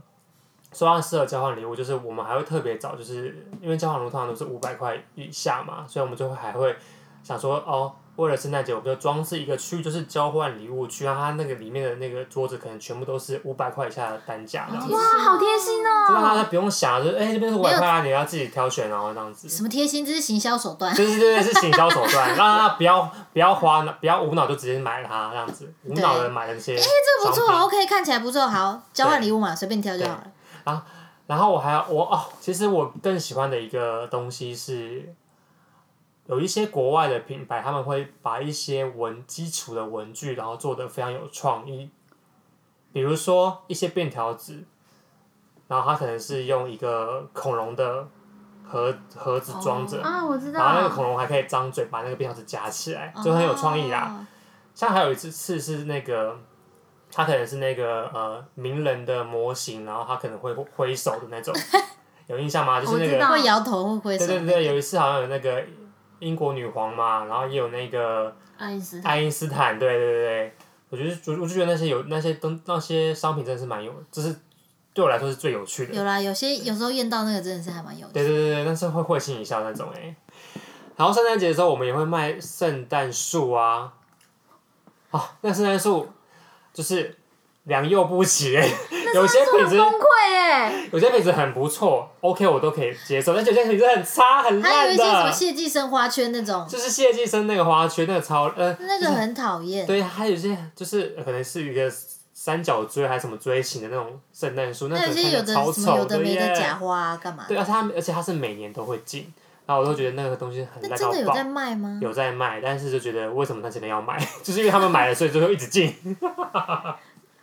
[SPEAKER 2] 说到适合交换礼物，就是我们还会特别找，就是因为交换礼物通常都是五百块以下嘛，所以我们就会还会想说哦。为了圣诞节，我们就装置一个区，就是交换礼物区，让它那个里面的那个桌子可能全部都是五百块以下的单价，这样子，
[SPEAKER 3] 哇，好贴心哦！
[SPEAKER 2] 就让大家不用想，就是哎、这边是五百块啊，你要自己挑选哦，这样子。
[SPEAKER 4] 什么贴心，这是行销手段。 [laughs]
[SPEAKER 2] 对对对，是行销手段，让他不要不要花脑，不要无脑就直接买它这样子，无脑的买那些。哎、
[SPEAKER 4] 这不错，OK，看起来不错，好，交换礼物嘛，随便挑就好了。
[SPEAKER 2] 然后我还要我哦，其实我更喜欢的一个东西是，有一些国外的品牌，他们会把一些文基础的文具，然后做的非常有创意，比如说一些便条纸，然后它可能是用一个恐龙的盒盒子装着。
[SPEAKER 3] 啊，我知道。
[SPEAKER 2] 然后那个恐龙还可以张嘴把那个便条纸夹起来，就很有创意啦。
[SPEAKER 4] 哦。
[SPEAKER 2] 像还有一次次是那个，他可能是那个呃名人的模型，然后他可能会挥手的那
[SPEAKER 3] [laughs]
[SPEAKER 2] 种，有印象吗？就是那
[SPEAKER 3] 我知道
[SPEAKER 2] 个，
[SPEAKER 4] 哦会摇头，会挥手。
[SPEAKER 2] 对对对，有一次好像有那个英国女皇嘛，然后也有那个
[SPEAKER 5] 爱因
[SPEAKER 3] 嗯
[SPEAKER 5] 斯坦
[SPEAKER 2] 爱因斯坦，对对对对，我觉得我我就觉得那些有那些东那些商品真的是蛮有，就是对我来说是最有趣的
[SPEAKER 4] 有。啦，有些有时候验到那个真的是还蛮有趣的。
[SPEAKER 2] 对对对对，但是会会心一笑那种哎、然后圣诞节的时候，我们也会卖圣诞树啊。哦，那圣诞树就是良莠不齐、欸，有些品质
[SPEAKER 3] 崩溃哎！
[SPEAKER 2] 有些品质很不错，OK 我都可以接受，但有些品质很差很
[SPEAKER 4] 还有
[SPEAKER 2] 烂
[SPEAKER 4] 一些什么
[SPEAKER 2] 的，
[SPEAKER 4] 谢寄生花圈那种，
[SPEAKER 2] 就是谢晋生那个花圈那个超呃，
[SPEAKER 4] 那个很讨厌。
[SPEAKER 2] 对，还有一些就是呃可能是一个三角锥还是什么锥形的那种圣诞树，那
[SPEAKER 4] 那
[SPEAKER 2] 可
[SPEAKER 4] 有
[SPEAKER 2] 能
[SPEAKER 4] 些
[SPEAKER 2] 看
[SPEAKER 4] 有
[SPEAKER 2] 起
[SPEAKER 4] 的
[SPEAKER 2] 来超
[SPEAKER 4] 什么有
[SPEAKER 2] 丑
[SPEAKER 4] 的没
[SPEAKER 2] 耶
[SPEAKER 4] 的。假花啊，干嘛？
[SPEAKER 2] 对，而且它而且它是每年都会进，然后我都觉得那个东西很
[SPEAKER 4] 那
[SPEAKER 2] 烂
[SPEAKER 4] 真
[SPEAKER 2] 到
[SPEAKER 4] 的有
[SPEAKER 2] 爆
[SPEAKER 4] 在。卖吗？
[SPEAKER 2] 有在卖，但是就觉得为什么那些人要买， [laughs] 就是因为他们买了，所以就会一直进。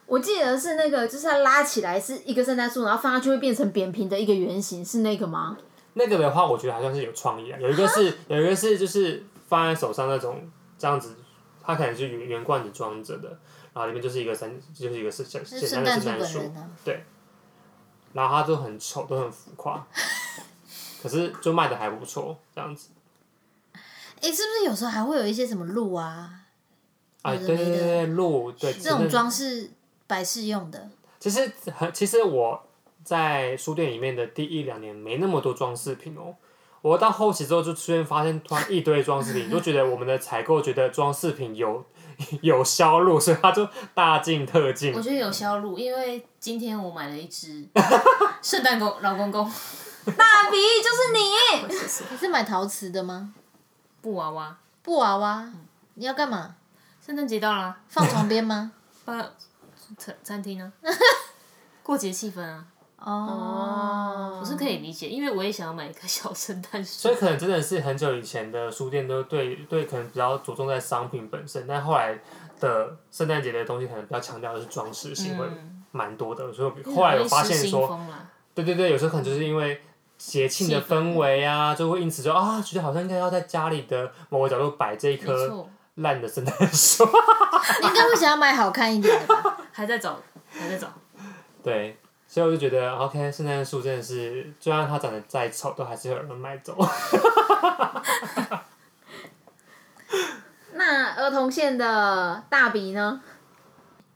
[SPEAKER 3] 我记得是那个，就是它拉起来是一个圣诞树，然后放上去会变成扁平的一个圆形，是那个吗？
[SPEAKER 2] 那个的话，我觉得还算是有创意啊。有一个是有一个是就是放在手上那种这样子，它可能是圆圆罐子装着的，然后里面就是一个三就是一个是小
[SPEAKER 4] 是
[SPEAKER 2] 简
[SPEAKER 4] 圣
[SPEAKER 2] 单的
[SPEAKER 4] 诞
[SPEAKER 2] 圣诞
[SPEAKER 4] 树本
[SPEAKER 2] 树
[SPEAKER 4] 人，啊，
[SPEAKER 2] 然后它都很丑，都很浮
[SPEAKER 4] [laughs]
[SPEAKER 2] 夸，可是就卖的还不错这样子。
[SPEAKER 4] 诶，是不是有时候还会有一些什么鹿啊，
[SPEAKER 2] 啊，
[SPEAKER 4] 有的
[SPEAKER 2] 对对
[SPEAKER 4] 没
[SPEAKER 2] 对
[SPEAKER 4] 的
[SPEAKER 2] 对，鹿对
[SPEAKER 4] 这种
[SPEAKER 2] 真的
[SPEAKER 4] 装饰摆饰用的？
[SPEAKER 2] 其实很，其实我在书店里面的第一两年没那么多装饰品哦。我到后期之后就出现发现，突然一堆装饰品，就觉得我们的采购觉得装饰品有 [laughs] 有销路，所以他就大进特进
[SPEAKER 5] 我。觉得有销路，因为今天我买了
[SPEAKER 2] [laughs]
[SPEAKER 5] 一只圣诞公老公公
[SPEAKER 3] 大鼻就是你，
[SPEAKER 4] [laughs] 你是买陶瓷的吗？
[SPEAKER 5] 布娃娃，
[SPEAKER 4] 布娃娃，你要干嘛？
[SPEAKER 5] 圣诞节到了，
[SPEAKER 4] 放床边吗？
[SPEAKER 5] 放在餐餐厅啊， [laughs] 过节气氛啊，
[SPEAKER 4] 哦，
[SPEAKER 5] 我是可以理解，因为我也想要买一棵小圣诞树
[SPEAKER 2] 所以。可能真的是很久以前的书店都对对，可能比较着重在商品本身，但后来的圣诞节的东西可能比较强调的是装饰性，会
[SPEAKER 5] 嗯
[SPEAKER 2] 蛮多的。所以我后来有发现
[SPEAKER 5] 就是
[SPEAKER 2] 说
[SPEAKER 5] 容易失，心疯啦
[SPEAKER 2] 对对对，有时候可能就是因为节庆的
[SPEAKER 5] 气氛
[SPEAKER 2] 氛围啊，就会因此就啊，觉得好像应该要在家里的某个角落摆这一
[SPEAKER 5] 没
[SPEAKER 2] 棵
[SPEAKER 5] 错，
[SPEAKER 2] 烂的圣诞树。 [laughs]
[SPEAKER 4] 你应该会想要买好看一点的吧？
[SPEAKER 5] 还在找，还在找。
[SPEAKER 2] 对，所以我就觉得，OK，圣诞树真的是，就算它长得再丑，都还是会有人买走。 [laughs]
[SPEAKER 3] 那儿童线的大鼻呢？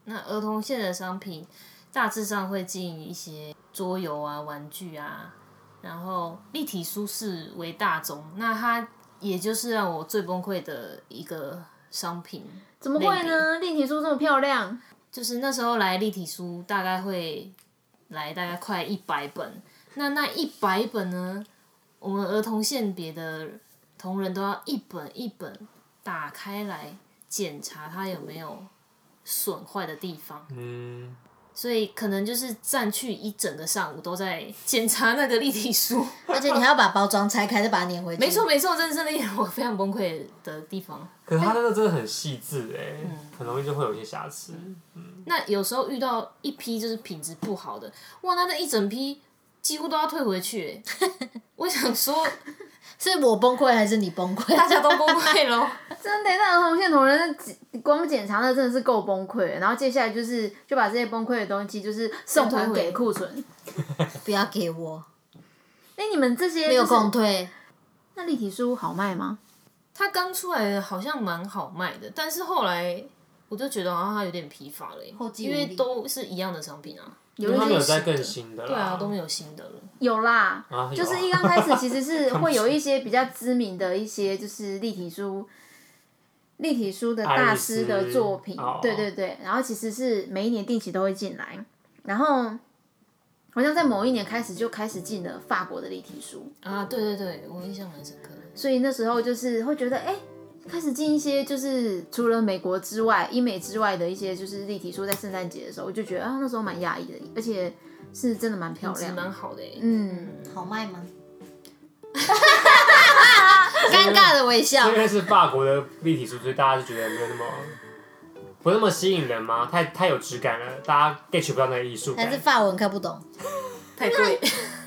[SPEAKER 5] 那儿童线的商品大致上会进一些桌游啊、玩具啊，然后立体书是为大宗。那它也就是让我最崩溃的一个商品。
[SPEAKER 3] 怎么会呢？立体书这么漂亮，
[SPEAKER 5] 就是那时候来立体书，大概会来大概快一百本。那那一百本呢，我们儿童线别的同仁都要一本一本打开来检查它有没有损坏的地方。
[SPEAKER 2] 嗯，
[SPEAKER 5] 所以可能就是占去一整个上午都在 [laughs] 检查那个立体书。
[SPEAKER 4] 而且你还要把包装拆开，再把它粘回去。
[SPEAKER 5] 没错，没错，这是真的让我非常崩溃的地方。
[SPEAKER 2] 可是它那个真的很细致哎，
[SPEAKER 5] 嗯
[SPEAKER 2] 很容易就会有一些瑕疵。
[SPEAKER 5] 那有时候遇到一批就是品质不好的，哇，那那一整批几乎都要退回去欸。 [laughs] 我想说，
[SPEAKER 4] 是我崩溃还是你崩溃？
[SPEAKER 5] 大家都崩溃 [laughs] 了。
[SPEAKER 3] 真的，那儿童线同人那光检查那真的是够崩溃了。然后接下来就是就把这些崩溃的东西就是送还给库存。
[SPEAKER 4] [laughs] 不要给我，
[SPEAKER 3] 那哎你们这些、
[SPEAKER 4] 没有共，退。
[SPEAKER 3] 那立体书好卖吗？
[SPEAKER 5] 它刚出来好像蛮好卖的，但是后来我就觉得好像它有点疲乏了欸
[SPEAKER 4] 后，继无
[SPEAKER 5] 因
[SPEAKER 4] 力
[SPEAKER 5] 为都是一样的商品啊。
[SPEAKER 3] 有一
[SPEAKER 2] 他们有
[SPEAKER 3] 些
[SPEAKER 2] 在更新的啦，
[SPEAKER 5] 对啊，都没有新的了。
[SPEAKER 3] 有啦，
[SPEAKER 2] 啊有
[SPEAKER 3] 就是一刚开始其实
[SPEAKER 2] [laughs]
[SPEAKER 3] 是会有一些比较知名的一些就是立体书，立体书的大师的作品
[SPEAKER 2] 爱丽丝哦，
[SPEAKER 3] 对对对。然后其实是每一年定期都会进来，然后好像在某一年开始就开始进了法国的立体书，
[SPEAKER 5] 啊，对对对，我印象蛮深刻的。
[SPEAKER 3] 所以那时候就是会觉得，哎、开始进一些就是除了美国之外、英美之外的一些就是立体书，在圣诞节的时候，我就觉得啊，那时候蛮压抑的，而且是真的蛮漂
[SPEAKER 5] 品质
[SPEAKER 3] 亮
[SPEAKER 5] 蛮
[SPEAKER 3] 的。
[SPEAKER 5] 好的欸、
[SPEAKER 3] 嗯，
[SPEAKER 4] 好卖
[SPEAKER 3] [laughs]
[SPEAKER 4] 吗？尴尬的微笑
[SPEAKER 2] 这，应该是法国的立体书，所以大家就觉得没有那么不那么吸引人吗？太太有质感了，大家 get 不到那个艺术
[SPEAKER 4] 还是
[SPEAKER 2] 感。
[SPEAKER 4] 法文看不懂？
[SPEAKER 5] 太贵。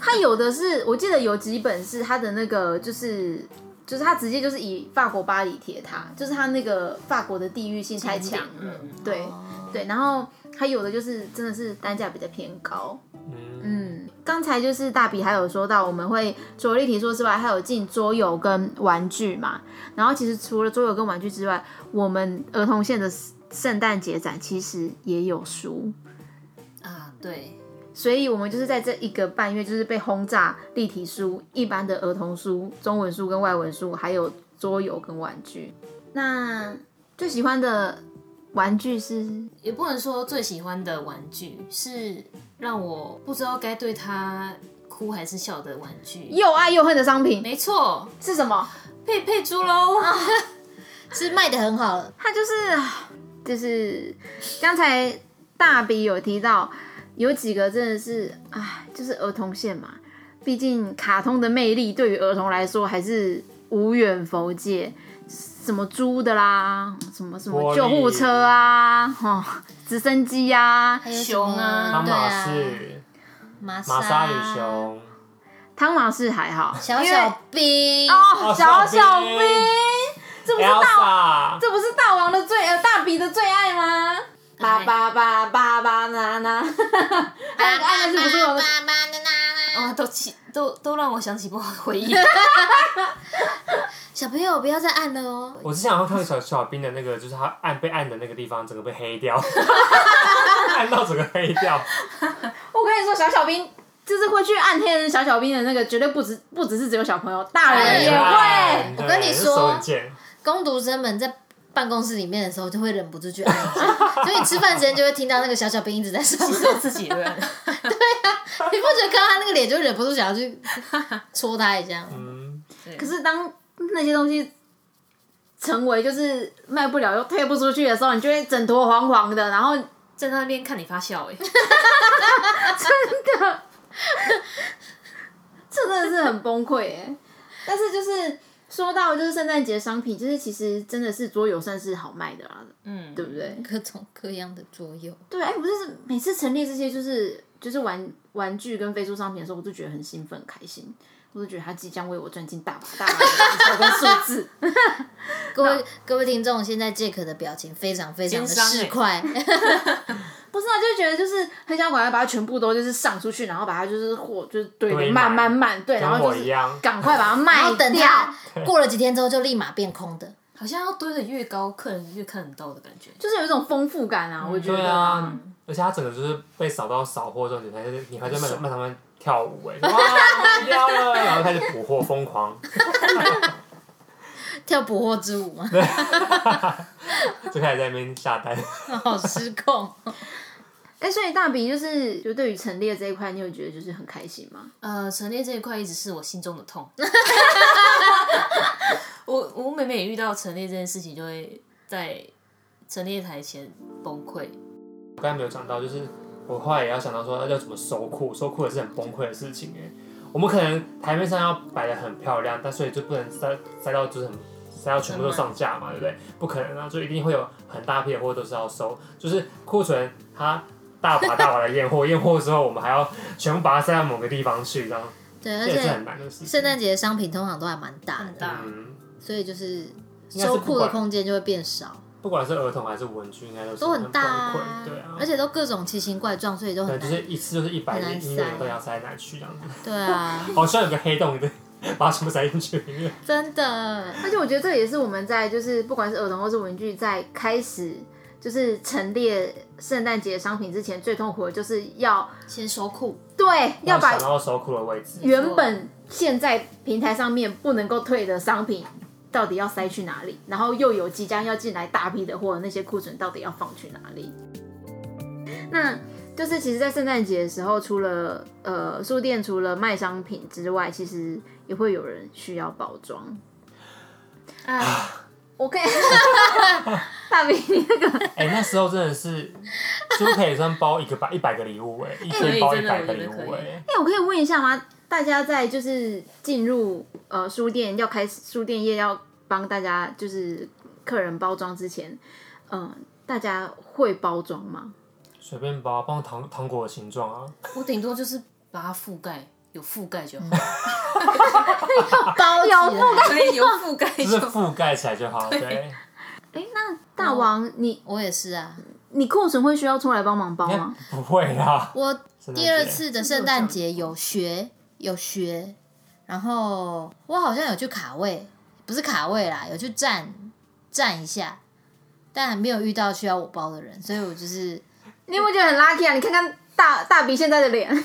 [SPEAKER 3] 它有的是，我记得有几本是它的那个就是。就是它直接就是以法国巴黎铁塔，就是它那个法国的地域性太强了，
[SPEAKER 5] 嗯
[SPEAKER 3] 对、
[SPEAKER 4] 哦
[SPEAKER 3] 对，然后它有的就是真的是单价比较偏高，
[SPEAKER 2] 嗯，
[SPEAKER 3] 嗯，刚才就是大比还有说到，我们会除了立体书之外，还有进桌游跟玩具嘛。然后其实除了桌游跟玩具之外，我们儿童线的圣诞节展其实也有书，
[SPEAKER 5] 啊，对，
[SPEAKER 3] 所以我们就是在这一个半月就是被轰炸立体书、一般的儿童书、中文书跟外文书，还有桌游跟玩具。那最喜欢的玩具是
[SPEAKER 5] 也不能说最喜欢的玩具是让我不知道该对它哭还是笑的玩具。
[SPEAKER 3] 又爱又恨的商品
[SPEAKER 5] 没错，
[SPEAKER 3] 是什么？
[SPEAKER 5] 佩佩猪喽！
[SPEAKER 4] 是卖的很好了，
[SPEAKER 3] 他就是 [sighs] 啊就是刚才大比有提到，有几个真的是唉，就是儿童线嘛。毕竟卡通的魅力对于儿童来说还是无远佛界，什么猪的啦，什么什
[SPEAKER 2] 玻
[SPEAKER 3] 么
[SPEAKER 2] 璃
[SPEAKER 3] 救护车啊， [laughs] 哦，直升机啊，
[SPEAKER 4] 还有什
[SPEAKER 5] 熊啊
[SPEAKER 2] 汤
[SPEAKER 4] 么对
[SPEAKER 2] 马
[SPEAKER 4] 啊，
[SPEAKER 2] 士、
[SPEAKER 4] 玛
[SPEAKER 2] 玛莎
[SPEAKER 4] 莎
[SPEAKER 2] 与，熊、
[SPEAKER 3] 汤马士还好，
[SPEAKER 4] 小
[SPEAKER 3] 因为
[SPEAKER 4] 小兵，
[SPEAKER 3] 哦，小小兵
[SPEAKER 2] 兵，
[SPEAKER 3] 这不是大
[SPEAKER 2] Elsa，
[SPEAKER 3] 这不是大王的最呃大比的最爱吗？爸爸爸爸爸娜 [laughs] 娜，还
[SPEAKER 4] 啊
[SPEAKER 3] 有个爱是不是有个
[SPEAKER 4] 爸爸的啦啦
[SPEAKER 5] 啊，都起都都让我想起不好的 [laughs] 回忆。
[SPEAKER 4] 小朋友不要再按了哦，
[SPEAKER 2] 我之前好像看过小小兵的那个，就是他按被按的那个地方，整个被黑掉， [laughs] 按到整个黑掉。
[SPEAKER 3] 我跟你说，小小兵就是会去暗黑人小小兵的那个，绝对不止不只是只有小朋友，大
[SPEAKER 2] 哎
[SPEAKER 3] 人也会。
[SPEAKER 2] 对
[SPEAKER 4] 哎我跟你说
[SPEAKER 2] 手很贱
[SPEAKER 4] 工读生们在。办公室里面的时候就会忍不住去按一下，所以吃饭时间就会听到那个小小兵一直在上
[SPEAKER 5] 其
[SPEAKER 4] 面。
[SPEAKER 5] 实我自己也会按，
[SPEAKER 4] 你不觉得看到他那个脸就忍不住想要去戳他一下吗？
[SPEAKER 2] 嗯，
[SPEAKER 5] 对
[SPEAKER 3] 可是当那些东西成为就是卖不了又退不出去的时候，你就会整坨黄黄的，然后
[SPEAKER 5] [laughs]
[SPEAKER 3] [laughs]
[SPEAKER 5] 在那边看你发笑哎、
[SPEAKER 3] 这真的是很崩溃哎。但是就是说到就是圣诞节商品，就是其实真的是桌游算是好卖的啦，
[SPEAKER 5] 嗯，
[SPEAKER 3] 对不对？
[SPEAKER 4] 各种各样的桌游，
[SPEAKER 3] 对，哎，我就是每次陈列这些就是就是玩玩具跟飞书商品的时候，我就觉得很兴奋很开心，我就觉得它即将为我赚进大把大把的营收跟数字。
[SPEAKER 4] 各位各位听众，现在 Jack 的表情非常非常的
[SPEAKER 5] 奸商欸
[SPEAKER 4] 市侩，
[SPEAKER 3] 不是啊，就觉得就是很想赶快把它全部都就是上出去，然后把它就是货就是堆
[SPEAKER 2] 堆
[SPEAKER 3] 的
[SPEAKER 2] 满
[SPEAKER 3] 慢慢慢对，然
[SPEAKER 2] 跟
[SPEAKER 3] 后
[SPEAKER 2] 我
[SPEAKER 3] 就
[SPEAKER 2] 一
[SPEAKER 3] 是
[SPEAKER 2] 样。
[SPEAKER 3] 赶快把它
[SPEAKER 4] 然
[SPEAKER 3] 卖
[SPEAKER 4] 后等
[SPEAKER 3] 掉。
[SPEAKER 4] 他过了几天之后就立马变空的。
[SPEAKER 5] 好像要堆的越高，客人越看得到的感觉。
[SPEAKER 3] 就是有一种丰富感啊，我觉
[SPEAKER 2] 对
[SPEAKER 3] 得。
[SPEAKER 2] 啊，而且他整个就是被扫到扫货之后，你还在你还在慢慢慢慢跳舞哎，哇，不要了， [laughs] 然后开始捕获疯狂， [laughs]
[SPEAKER 4] 跳捕获之舞吗？
[SPEAKER 2] 就开始在那边下单。
[SPEAKER 4] 好失控。
[SPEAKER 3] 哎、所以大饼就是就对于陈列这一块，你有觉得就是很开心吗？
[SPEAKER 5] 呃，陈列这一块一直是我心中的痛。 [laughs] 我我每每遇到陈列这件事情，就会在陈列台前崩溃。
[SPEAKER 2] 我刚才没有讲到，就是我后来也要想到说要怎么收库，收库也是很崩溃的事情哎。我们可能台面上要摆的很漂亮，但所以就不能塞塞到就是很塞到全部都上架嘛，对不对？不可能啊，就一定会有很大批的货都是要收，就是库存它大把大把的验货， [laughs] 验货之后我们还要全部把它塞到某个地方去，这样
[SPEAKER 4] 对，而
[SPEAKER 2] 这也是
[SPEAKER 4] 且
[SPEAKER 2] 很难的事情。
[SPEAKER 4] 圣诞节的商品通常都还蛮大
[SPEAKER 5] 很
[SPEAKER 4] 的，
[SPEAKER 5] 大。
[SPEAKER 2] 嗯，
[SPEAKER 4] 所以就是
[SPEAKER 2] 应该是
[SPEAKER 4] 收
[SPEAKER 2] 不
[SPEAKER 4] 库的
[SPEAKER 2] 管
[SPEAKER 4] 空间就会变少，
[SPEAKER 2] 不管是儿童还是文具，应该都是
[SPEAKER 4] 都
[SPEAKER 2] 很
[SPEAKER 4] 大
[SPEAKER 2] 崩
[SPEAKER 4] 啊
[SPEAKER 2] 溃，对啊，
[SPEAKER 4] 而且都各种奇形怪状，所以都
[SPEAKER 2] 对，
[SPEAKER 4] 很
[SPEAKER 2] 就是
[SPEAKER 4] 难。
[SPEAKER 2] 一次就是一百
[SPEAKER 4] 很难
[SPEAKER 2] 页音乐
[SPEAKER 4] 塞
[SPEAKER 2] 都要塞哪去这样子。
[SPEAKER 4] 对啊，
[SPEAKER 2] 好像有个黑洞的， [laughs] 把它全部塞进去里面。
[SPEAKER 4] 真的，
[SPEAKER 3] 而且我觉得这也是我们在就是不管是儿童或是文具，在开始就是陈列圣诞节商品之前，最痛苦的就是要
[SPEAKER 4] 先收库，
[SPEAKER 3] 对要把
[SPEAKER 2] 想到手库的位置，
[SPEAKER 3] [laughs] 原本现在平台上面不能够退的商品，到底要塞去哪里？然后又有即将要进来大批的货，那些库存到底要放去哪里？那就是其实，在圣诞节的时候，除了呃书店除了卖商品之外，其实也会有人需要包装。
[SPEAKER 5] 哎，
[SPEAKER 3] 啊我 [laughs] 可以，大明，你那个
[SPEAKER 2] 哎、那时候真的是，就可以算包一个 [laughs] 百一百个礼物哎、一天包一百个礼物哎、
[SPEAKER 3] 哎、我可以问一下吗？大家在就是进入呃书店要开始书店业要帮大家就是客人包装之前，嗯、大家会包装吗？
[SPEAKER 2] 随便包，包糖糖果的形状啊，
[SPEAKER 5] 我顶多就是把它覆盖，有覆盖就好，
[SPEAKER 4] 嗯包起来。
[SPEAKER 3] 有
[SPEAKER 5] [laughs] 对，有覆盖
[SPEAKER 2] 就是
[SPEAKER 5] 就好。
[SPEAKER 2] 覆盖起来就好了。对，
[SPEAKER 3] 哎、那大王，你
[SPEAKER 4] 我也是啊，
[SPEAKER 3] 你库存会需要出来帮忙包
[SPEAKER 2] 哎
[SPEAKER 3] 吗？
[SPEAKER 2] 不会啦。
[SPEAKER 4] 我
[SPEAKER 2] 圣诞节
[SPEAKER 4] 第二，次的圣诞节有学有学，然后我好像有去卡位，不是卡位啦，有去站站一下，但没有遇到需要我包的人，所以我就是，
[SPEAKER 3] 你有没有觉得很 lucky 啊？你看看大大鼻现在的脸，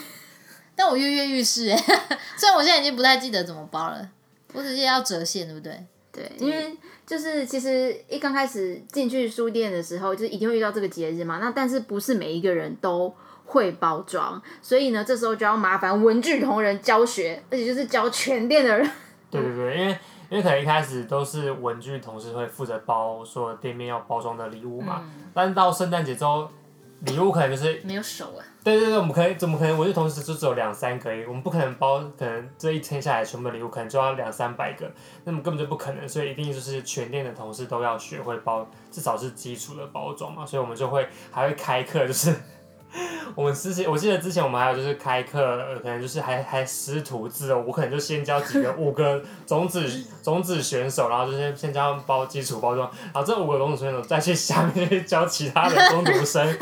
[SPEAKER 4] 但我跃跃欲试哎、 [laughs] 虽然我现在已经不太记得怎么包了，我只记得要折线，对不对？
[SPEAKER 3] 对，因为就是其实一刚开始进去书店的时候，就是一定会遇到这个节日嘛。那但是不是每一个人都会包装，所以呢，这时候就要麻烦文具同仁教学，而且就是教全店 [laughs] 的人。
[SPEAKER 2] 对对对，因为因为可能一开始都是文具同事会负责包所有店面要包装的礼物嘛，但到圣诞节之后，礼物可能就是
[SPEAKER 5] 没有手啊，
[SPEAKER 2] 对对对，我们可以怎么可能？我就同时就只有两三个而已，我们不可能包，可能这一天下来全部的礼物可能就要两三百个，那么根本就不可能，所以一定就是全店的同事都要学会包，至少是基础的包装嘛。所以我们就会还会开课，就是 [laughs] 我们之前我记得之前我们还有就是开课，呃可能就是还还师徒制哦，我可能就先教几个五个种子种子选手，然后就先先教他们包基础包装，然后这五个种子选手再去下面去教其他的中读生。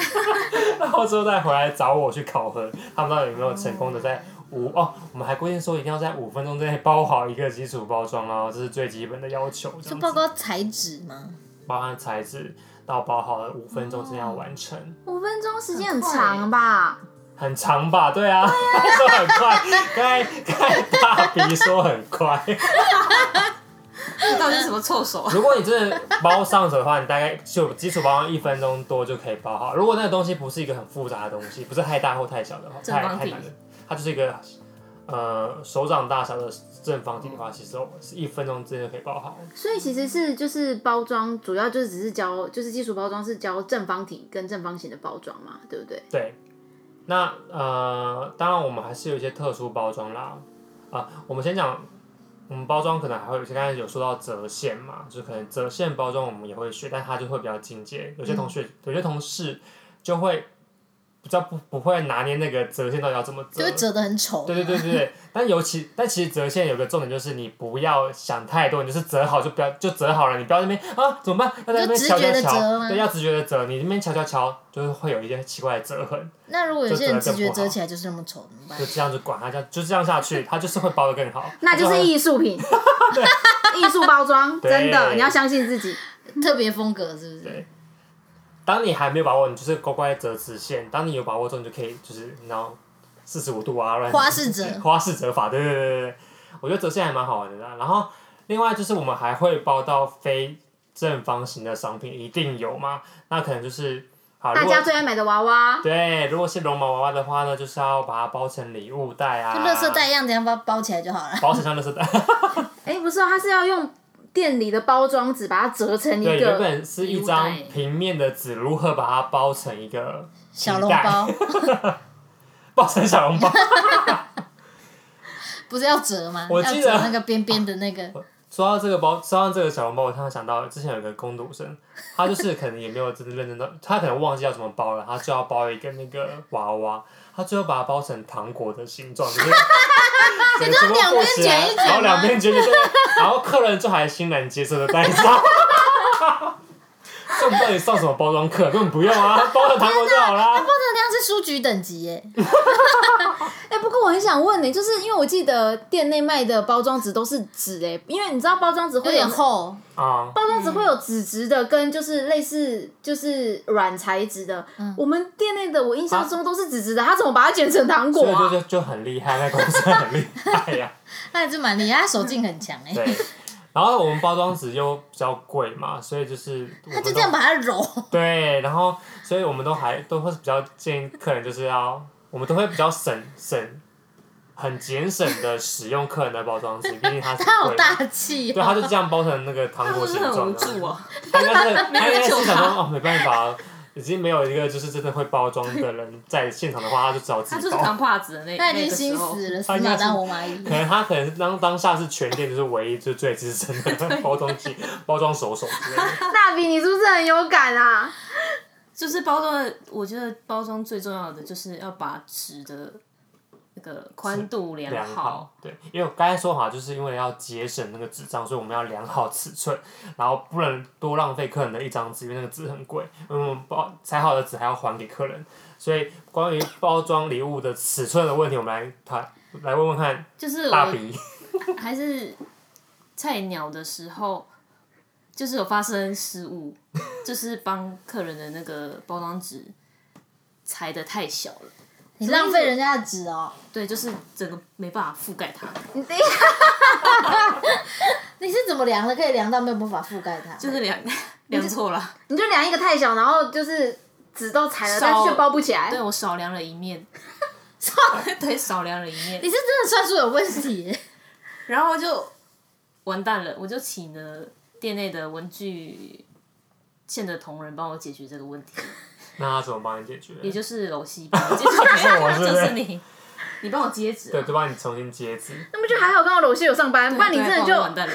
[SPEAKER 2] 然后之后再回来找我去考核，他们到底有没有成功的在五哦我们还规定说一定要在五分钟之内包好一个基础包装哦，这是最基本的要求。这
[SPEAKER 4] 就
[SPEAKER 2] 样
[SPEAKER 4] 报
[SPEAKER 2] 子，
[SPEAKER 4] 告材质吗？
[SPEAKER 2] 包含材质到包好了五分钟之内
[SPEAKER 5] 哦
[SPEAKER 2] 要完成，
[SPEAKER 3] 五分
[SPEAKER 4] 哦
[SPEAKER 3] 钟时间很
[SPEAKER 5] 很快欸
[SPEAKER 4] 啊
[SPEAKER 3] 长吧？
[SPEAKER 2] 很长吧？对啊， [laughs] 说很快，刚才刚才大鼻说很快。 [laughs]
[SPEAKER 5] 这到底是什么臭手啊？
[SPEAKER 2] 如果你真的包上手的话，你大概就基础包装一分钟多就可以包好。如果那个东西不是一个很复杂的东西，不是太大或太小的话，
[SPEAKER 5] 正
[SPEAKER 2] 太
[SPEAKER 5] 方
[SPEAKER 2] 太
[SPEAKER 5] 体
[SPEAKER 2] 难了，它就是一个呃手掌大小的正方体的话，其实我是一分钟之内就可以包好。
[SPEAKER 3] 所以其实是就是包装，主要就是只是教就是基础包装是教正方体跟正方形的包装嘛，对不对？
[SPEAKER 2] 对，那呃，当然我们还是有一些特殊包装啦。啊、我们先讲，我们包装可能还会有些，刚才有说到折线嘛，就可能折线包装我们也会学，但它就会比较进阶。
[SPEAKER 4] 嗯
[SPEAKER 2] 有些同学，有些同事就会比较不不会拿捏那个折线到底要怎么
[SPEAKER 4] 就会折的很丑。
[SPEAKER 2] 对对对对对，但尤其但其实折线有个重点就是你不要想太多，你就是折好就不要就折好了，你不要那边啊怎么办？要在那边
[SPEAKER 4] 就直
[SPEAKER 2] 瞧瞧
[SPEAKER 4] 觉地折
[SPEAKER 2] 瞧，
[SPEAKER 4] 吗
[SPEAKER 2] 对，要直觉的折，你那边瞧瞧瞧，就是会有一些奇怪的折痕，
[SPEAKER 4] 那如果有些人直
[SPEAKER 2] 就折得
[SPEAKER 4] 觉
[SPEAKER 2] 更不好
[SPEAKER 4] 折起来就是那么丑，怎么办 [laughs]
[SPEAKER 2] 就？这样子管它，这样就这样下去，它就是会包的更好。
[SPEAKER 3] [laughs] [laughs] 那就是艺术 [laughs] 品，艺术包装，
[SPEAKER 2] 对
[SPEAKER 3] 真的，你要相信自己。
[SPEAKER 4] 特别风格是不是？
[SPEAKER 2] 对当你还没有把握，你就是乖乖地折直线；当你有把握之后，你就可以就是你知道四十五度啊，乱
[SPEAKER 4] 花式折，
[SPEAKER 2] 花式折法，对对对对对，我觉得折线还蛮好玩的啦。然后另外就是我们还会包到非正方形的商品，一定有嘛？那可能就是好，
[SPEAKER 3] 大
[SPEAKER 2] 啊如果
[SPEAKER 3] 家最爱买的娃娃，
[SPEAKER 2] 对，如果是绒毛娃娃的话呢，就是要把它包成礼物袋
[SPEAKER 4] 就
[SPEAKER 2] 啊，
[SPEAKER 4] 垃圾袋一样，等一下把它包起来就好了。
[SPEAKER 2] 包成像垃圾袋，
[SPEAKER 3] 哎、不是、哦，它是要用店里的包装纸把它折成一
[SPEAKER 2] 对，原
[SPEAKER 3] 个，
[SPEAKER 2] 本是
[SPEAKER 5] 礼
[SPEAKER 2] 一
[SPEAKER 5] 物
[SPEAKER 2] 张
[SPEAKER 5] 袋
[SPEAKER 2] 平面的纸，如何把它包成一个
[SPEAKER 4] [laughs] 小
[SPEAKER 2] 皮
[SPEAKER 4] 笼
[SPEAKER 2] 带
[SPEAKER 4] 包，
[SPEAKER 2] [laughs] 包成小笼包？
[SPEAKER 4] [laughs]
[SPEAKER 2] [laughs]
[SPEAKER 4] 不是要折吗？
[SPEAKER 2] 我
[SPEAKER 4] 要
[SPEAKER 2] 记
[SPEAKER 4] 折
[SPEAKER 2] 得
[SPEAKER 4] 那个边边的
[SPEAKER 2] [laughs]
[SPEAKER 4] 那个，
[SPEAKER 2] 说到这个包，说到这个小笼包，我突然想到之前有一个工读生，他就是可能也没有真的认真到，他可能忘记要怎么包了，他就要包一个那个娃娃，他最后把它包成糖果的形状，
[SPEAKER 4] [laughs]
[SPEAKER 2] 就是整个全部
[SPEAKER 4] 两边
[SPEAKER 2] 过起来
[SPEAKER 4] 卷一卷
[SPEAKER 2] 然后两
[SPEAKER 4] 吗
[SPEAKER 2] 边卷卷，对然后客人就还欣然接受的戴上。 [laughs] 这我们到底上什么包装课？根本不用啊，包成糖果就好啦。
[SPEAKER 4] 那那样是书局等级耶，
[SPEAKER 3] 哎、不过我很想问你、就是因为我记得店内卖的包装纸都是纸哎、因为你知道包装纸
[SPEAKER 4] 有
[SPEAKER 3] 会有
[SPEAKER 4] 点厚， [laughs] 嗯
[SPEAKER 2] 啊、
[SPEAKER 3] 包装纸会有纸质的，跟就是类似就是软材质的。
[SPEAKER 4] 嗯
[SPEAKER 3] 我们店内的我印象中都是纸质的，他怎么把它剪成糖果
[SPEAKER 2] 所以就
[SPEAKER 3] 啊？
[SPEAKER 2] 就就很厉害，那公司很厉害
[SPEAKER 4] [laughs]
[SPEAKER 2] 呀、
[SPEAKER 4] 那还是蛮厉害，他手劲很强哎，
[SPEAKER 2] 对，然后我们包装纸又比较贵嘛，所以就是我
[SPEAKER 4] 他
[SPEAKER 2] 们
[SPEAKER 4] 就
[SPEAKER 2] 都
[SPEAKER 4] 这样把它揉， [laughs]
[SPEAKER 2] 对，然后所以我们都还都会比较建议客人就是要，我们都会比较省省，很节省的使用客人的包装纸，毕竟它是
[SPEAKER 4] 他好
[SPEAKER 2] 贵的。
[SPEAKER 4] 大气
[SPEAKER 2] 对，
[SPEAKER 4] 哦，
[SPEAKER 2] 他就这样包成那个糖
[SPEAKER 5] 他
[SPEAKER 2] 果
[SPEAKER 5] 不是
[SPEAKER 2] 形
[SPEAKER 5] 很
[SPEAKER 2] 状啊
[SPEAKER 5] 无
[SPEAKER 2] 的，
[SPEAKER 5] 助哦，
[SPEAKER 2] 他应该是他应该
[SPEAKER 5] 没人
[SPEAKER 2] 是
[SPEAKER 5] 救
[SPEAKER 2] 想
[SPEAKER 5] 他
[SPEAKER 2] 说哦，没办法，已经没有一个就是真的会包装的人在现场的话，他就只好自
[SPEAKER 5] 他
[SPEAKER 2] 己
[SPEAKER 5] 就是
[SPEAKER 2] 包
[SPEAKER 5] 扛。帕子的那
[SPEAKER 4] 他已经
[SPEAKER 5] 那个
[SPEAKER 4] 心
[SPEAKER 5] 时候，
[SPEAKER 4] 死了，死
[SPEAKER 2] 他应该
[SPEAKER 4] 马
[SPEAKER 2] 是
[SPEAKER 4] 当活马医
[SPEAKER 2] 可。能他可能当当下是全店就是唯一就最资深
[SPEAKER 5] [laughs]
[SPEAKER 2] 的包装机包装手手之类的。
[SPEAKER 3] 大比，你是不是很有感啊？
[SPEAKER 5] 就是包装的，我觉得包装最重要的就是要把纸的那个宽度量
[SPEAKER 2] 量
[SPEAKER 5] 好。
[SPEAKER 2] 好，对，因为我刚才说好，就是因为要节省那个纸张，所以我们要量好尺寸，然后不能多浪费客人的一张纸，因为那个纸很贵，因为我们包裁好的纸还要还给客人，所以关于包装礼物的尺寸的问题，我们来谈，来问问看
[SPEAKER 5] 就是
[SPEAKER 2] 蜡
[SPEAKER 5] 我
[SPEAKER 2] 笔，
[SPEAKER 5] 还是菜鸟的时候，就是有发生失误，就是帮客人的那个包装纸裁的太小了。
[SPEAKER 4] 你浪费人家的纸哦！
[SPEAKER 5] 对，就是整个没办法覆盖它，
[SPEAKER 3] 你 [laughs] 等一下，
[SPEAKER 4] 你是怎么量的？可以量到没有办法覆盖它？
[SPEAKER 5] 就是量 [laughs] 量错了，
[SPEAKER 3] 你就量一个太小，然后就是纸都裁了，
[SPEAKER 5] 少
[SPEAKER 3] 但是却包不起来。
[SPEAKER 5] 对我少量了一面， [laughs] 对少量了一面
[SPEAKER 4] 你，是真的算术有问题耶，
[SPEAKER 5] 然后就完蛋了，我就请了店内的文具线的同仁帮我解决这个问 [laughs] 题，
[SPEAKER 2] 那他怎么帮你解决？
[SPEAKER 5] 也就是楼西帮我解
[SPEAKER 4] [laughs]
[SPEAKER 5] 决，
[SPEAKER 2] 是不
[SPEAKER 5] 就是是你，你帮我接纸啊，
[SPEAKER 2] 对，就帮你重新接纸，
[SPEAKER 3] 那不就还好，刚好罗西有上班，不然你
[SPEAKER 5] 对
[SPEAKER 3] 真的
[SPEAKER 5] 不然我完
[SPEAKER 3] 就
[SPEAKER 5] 蛋了，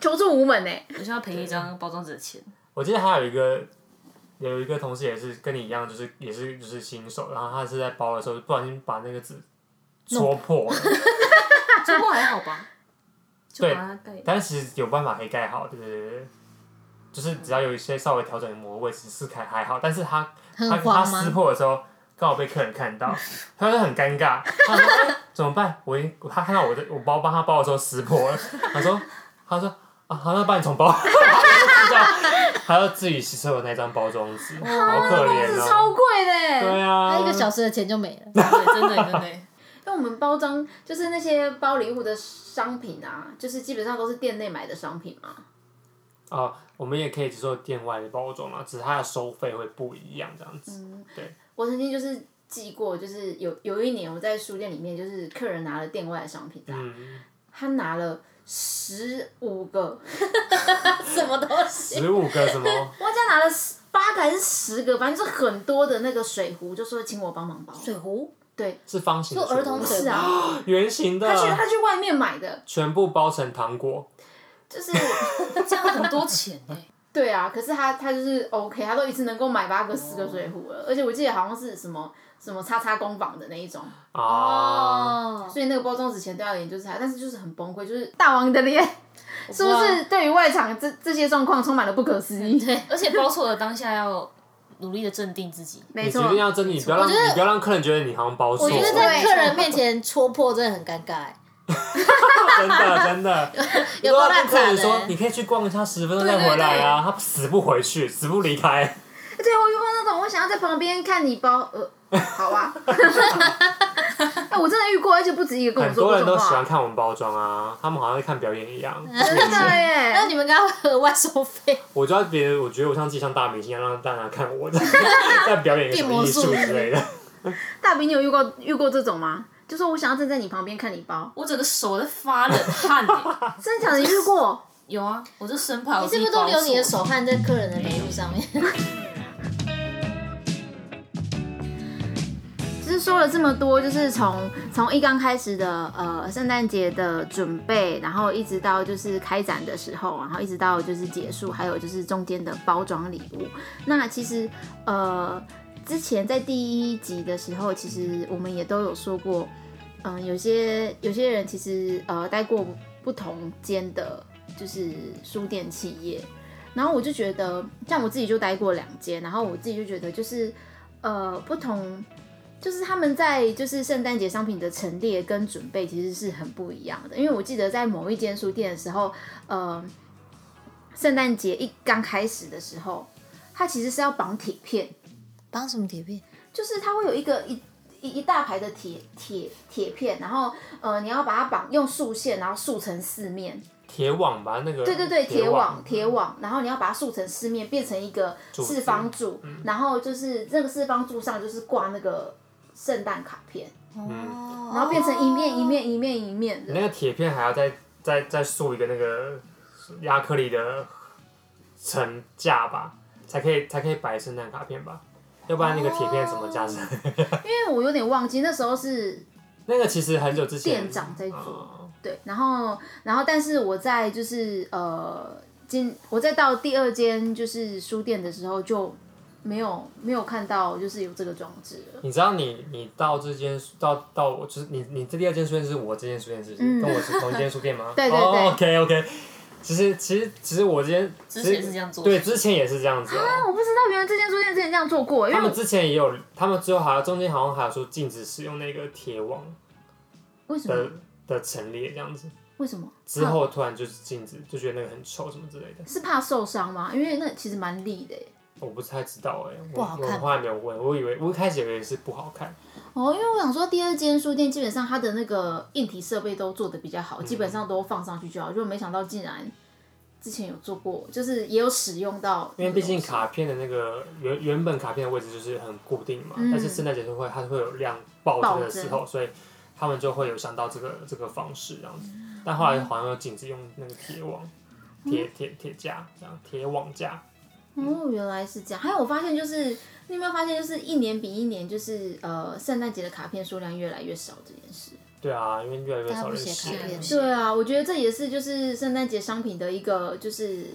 [SPEAKER 3] 求助无门哎、
[SPEAKER 5] 我就要赔一张包装纸的 [laughs] 钱。
[SPEAKER 2] 我记得还有一个有一个同事也是跟你一样，就是也是就是新手，然后他是在包的时候不小心把那个纸戳破了。
[SPEAKER 5] 啊周末还好吧？就
[SPEAKER 2] 对
[SPEAKER 5] 把它盖。
[SPEAKER 2] 但是其实有办法可以盖好，对对对对，就是只要有一些稍微调整磨位置是还还好，但是他他
[SPEAKER 4] 很
[SPEAKER 2] 他
[SPEAKER 4] 慌
[SPEAKER 2] 撕
[SPEAKER 4] 吗？
[SPEAKER 2] 破的时候刚好被客人看
[SPEAKER 4] [laughs]
[SPEAKER 2] 到，他就很尴尬，他说、哎怎么办？我一他看到我的我包帮他包的时候撕破了，他说他说啊好那帮你重包， [laughs] 他就知道他要自己所有那张包装纸，好可怜
[SPEAKER 3] 纸超
[SPEAKER 2] 哦，
[SPEAKER 3] 贵的、欸。
[SPEAKER 2] 对啊，
[SPEAKER 4] 他一个小时的钱就没了。
[SPEAKER 5] 对，真的真的， [laughs]
[SPEAKER 3] 因为我们包装就是那些包礼物的商品啊，就是基本上都是店内买的商品嘛。
[SPEAKER 2] 哦，我们也可以接受店外的包装啊嘛，只是它的收费会不一样这样子，
[SPEAKER 3] 我曾经就是寄过，就是有有一年我在书店里面，就是客人拿了店外的商品啊，
[SPEAKER 2] 嗯，
[SPEAKER 3] 他拿了十五个，
[SPEAKER 4] 什么东西？
[SPEAKER 2] 十五个什
[SPEAKER 4] [laughs]
[SPEAKER 2] 么？
[SPEAKER 3] 我好像拿了10八个还是十个，反正就是很多的那个水壶，就说请我帮忙包。
[SPEAKER 4] 水壶
[SPEAKER 2] 是方形的
[SPEAKER 4] 哦做儿童
[SPEAKER 2] 水壶
[SPEAKER 4] 水
[SPEAKER 3] 是啊，
[SPEAKER 2] [laughs] 圆形的
[SPEAKER 3] 他，去他去外面买的，
[SPEAKER 2] 全部包成糖果， [laughs]
[SPEAKER 3] 就是
[SPEAKER 5] 这样很多钱呢、
[SPEAKER 3] 对啊，可是他他就是 OK，他都一次能够买八个十个水壶了，而且我记得好像是什么什么叉叉工坊的那一种。
[SPEAKER 2] 啊，
[SPEAKER 4] 哦，
[SPEAKER 3] 所以那个包装纸前都要研究是它，但是就是很崩溃，就是大王的脸，是不是对于外场这这些状况充满了不可思议？
[SPEAKER 4] 对，
[SPEAKER 5] 而且包错了当下要努力的镇定自己，
[SPEAKER 3] 没
[SPEAKER 2] 你
[SPEAKER 3] 错
[SPEAKER 2] 决，定要真的，你不要让
[SPEAKER 4] 我觉得
[SPEAKER 2] 你不要让客人觉得你好像包错
[SPEAKER 4] 我
[SPEAKER 2] 了，
[SPEAKER 4] 觉得
[SPEAKER 2] 真
[SPEAKER 4] 在
[SPEAKER 2] 的
[SPEAKER 4] 客人面前戳破真的很尴尬
[SPEAKER 3] 欸
[SPEAKER 4] 哎。
[SPEAKER 2] 真的， [laughs] 你
[SPEAKER 4] 有
[SPEAKER 2] 都
[SPEAKER 4] 够
[SPEAKER 2] 要
[SPEAKER 4] 烂
[SPEAKER 2] 跟客
[SPEAKER 4] 惨
[SPEAKER 2] 人
[SPEAKER 4] 的
[SPEAKER 2] 说，你可以去逛一下十分钟再回来啊，他死不回去，死不离开，
[SPEAKER 3] 对我遇过那种，我想要在旁边看你包，呃，
[SPEAKER 2] [laughs]
[SPEAKER 3] 好啊，哎，我真的遇过，而且不止一个跟我
[SPEAKER 2] 很
[SPEAKER 3] 说
[SPEAKER 2] 多
[SPEAKER 3] 过
[SPEAKER 2] 人
[SPEAKER 3] 这种
[SPEAKER 2] 都喜欢
[SPEAKER 3] 话，
[SPEAKER 2] 看我们包装啊，他们好像在看表演一
[SPEAKER 4] [laughs]
[SPEAKER 2] 样，
[SPEAKER 3] 真的
[SPEAKER 4] 那
[SPEAKER 3] 耶，
[SPEAKER 4] 你们刚刚额外收费，
[SPEAKER 2] 我就要别人，我觉得我像自己像大明星一样，让大家看我
[SPEAKER 3] [laughs]
[SPEAKER 2] 在 [laughs] 在表演一个什么艺术之类的，
[SPEAKER 3] 大饼，你有遇过遇过这种吗？就说我想要站在你旁边看你包，
[SPEAKER 5] 我整个手在发冷汗、欸。
[SPEAKER 3] 真的假的？你遇过？
[SPEAKER 5] [laughs] 有啊，我就生怕
[SPEAKER 4] [laughs]
[SPEAKER 5] 我
[SPEAKER 4] 你
[SPEAKER 5] 自
[SPEAKER 4] 是
[SPEAKER 5] 己
[SPEAKER 4] 不是都
[SPEAKER 5] 包
[SPEAKER 4] 流你的
[SPEAKER 5] 错
[SPEAKER 4] 手汗在客人的美露上面？
[SPEAKER 3] [laughs] 就是说了这么多，就是从从一刚开始的呃圣诞节的准备，然后一直到就是开展的时候，然后一直到就是结束，还有就是中间的包装礼物。那其实呃之前在第一集的时候，其实我们也都有说过，嗯、有些有些人其实呃待过不同间的，就是书店企业，然后我就觉得，像我自己就待过两间，然后我自己就觉得就是呃不同。就是他们在就是圣诞节商品的陈列跟准备其实是很不一样的，因为我记得在某一间书店的时候，呃，圣诞节一刚开始的时候，它其实是要绑铁片，
[SPEAKER 4] 绑什么铁片？
[SPEAKER 3] 就是它会有一个一一一大排的铁铁铁片，然后呃你要把它绑用束线，然后束成四面，
[SPEAKER 2] 铁网吧，那个
[SPEAKER 3] 对对对，铁
[SPEAKER 2] 网
[SPEAKER 3] 网，铁网，然后你要把它塑成四面，变成一个
[SPEAKER 2] 柱子
[SPEAKER 3] 四方柱，然后就是那个四方柱上就是挂那个圣诞卡片，
[SPEAKER 2] 嗯
[SPEAKER 4] 哦，
[SPEAKER 3] 然后变成一面一面一面一面
[SPEAKER 2] 那
[SPEAKER 3] 的。
[SPEAKER 2] 个铁片还要再再再塑一个那个亚克力的层架吧，才可以才可以摆圣诞卡片吧，要不然那个铁片怎么加深？
[SPEAKER 3] 因为我有点忘记那时候是
[SPEAKER 2] [laughs] 那个其实很久之前
[SPEAKER 3] 店长在做
[SPEAKER 2] 嗯
[SPEAKER 3] 对，然后然后但是我在就是呃今我在到第二间就是书店的时候就没有没有看到就是有这个装置了。
[SPEAKER 2] 你知道你你到这间书到到我就是你你这第二间书店是我这间书店是不是、
[SPEAKER 3] 嗯
[SPEAKER 2] 跟我是同一间书店吗？
[SPEAKER 3] [laughs] 对对对
[SPEAKER 2] o k OK。其实其实其实我之前
[SPEAKER 5] 之前是这样做
[SPEAKER 2] 对，之前也是这样子、
[SPEAKER 3] 啊，
[SPEAKER 2] 哦。
[SPEAKER 3] 我不知道原来这间书店之前这样做过，因
[SPEAKER 2] 他
[SPEAKER 3] 为
[SPEAKER 2] 们
[SPEAKER 3] 我
[SPEAKER 2] 之前也有，他们最后还中间好像还有说禁止使用那个铁网
[SPEAKER 3] 为什
[SPEAKER 2] 的
[SPEAKER 3] 么
[SPEAKER 2] 的陈列这样子，
[SPEAKER 3] 为什么
[SPEAKER 2] 呃之后突然就是禁止，就觉得那个很丑什么之类的，
[SPEAKER 3] 是怕受伤吗？因为那其实蛮利的耶。
[SPEAKER 2] 我不太知道哎、
[SPEAKER 4] 不
[SPEAKER 2] 我
[SPEAKER 4] 好
[SPEAKER 2] 我
[SPEAKER 4] 看
[SPEAKER 2] 后来没有问，我以为我一开始以为是不好看，
[SPEAKER 3] 哦，因为我想说，第二间书店基本上它的那个硬体设备都做的比较好，基本上都放上去就好，就没想到竟然之前有做过，就是也有使用到
[SPEAKER 2] 因
[SPEAKER 3] 那
[SPEAKER 2] 为
[SPEAKER 3] 个东西，
[SPEAKER 2] 毕竟卡片的那个原原本卡片的位置就是很固定嘛，
[SPEAKER 3] 嗯
[SPEAKER 2] 但是圣诞节就会它会有量暴增的时
[SPEAKER 3] 暴
[SPEAKER 2] 候，所以他们就会有想到这个这个方式这样子，但后来好像又禁止用那个铁网、铁铁铁架这样铁网架，
[SPEAKER 3] 哦，原来是这样。还有我发现就是，你有没有发现就是一年比一年就是呃，圣诞节的卡片数量越来越少这件事？
[SPEAKER 2] 对啊，因为越来越
[SPEAKER 4] 大家
[SPEAKER 2] 少
[SPEAKER 4] 不
[SPEAKER 2] 人
[SPEAKER 4] 写
[SPEAKER 2] 写
[SPEAKER 4] 卡，片，
[SPEAKER 3] 对啊，我觉得这也是就是圣诞节商品的一个就是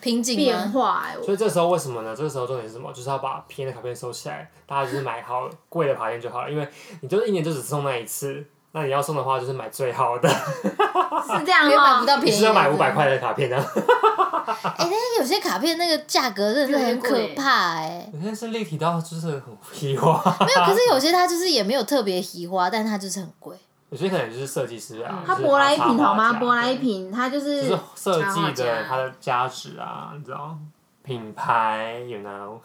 [SPEAKER 4] 瓶颈
[SPEAKER 3] 变
[SPEAKER 4] 吗？
[SPEAKER 3] 化、哎，我
[SPEAKER 2] 所以这时候为什么呢？这时候重点是什么？就是要把便宜的卡片收起来，大家就是买好贵的卡片就好了，因为你就是一年就只送那一次。那你要送的话，就是买最好的，
[SPEAKER 3] 是这样哦
[SPEAKER 4] 因为买
[SPEAKER 3] 哈、
[SPEAKER 4] 不
[SPEAKER 2] [laughs]
[SPEAKER 4] 到
[SPEAKER 2] 你
[SPEAKER 4] 便宜的，
[SPEAKER 2] 是要买五百块的卡片的。
[SPEAKER 4] 哎、但是有些卡片那个价格真的很可怕哎、
[SPEAKER 2] 有些是立体到就是很屁话， [laughs]
[SPEAKER 4] 没有，可是有些它就是也没有特别喜花，但它就是很贵。
[SPEAKER 2] 有些可能就是设计师啊。
[SPEAKER 3] 它
[SPEAKER 2] 就是
[SPEAKER 3] 舶来品好吗？
[SPEAKER 2] 插画家
[SPEAKER 3] 舶来，品，它就是
[SPEAKER 2] 就是设计
[SPEAKER 5] 插画
[SPEAKER 2] 的
[SPEAKER 5] 家
[SPEAKER 2] 它的价值啊，你知道，品牌，you know，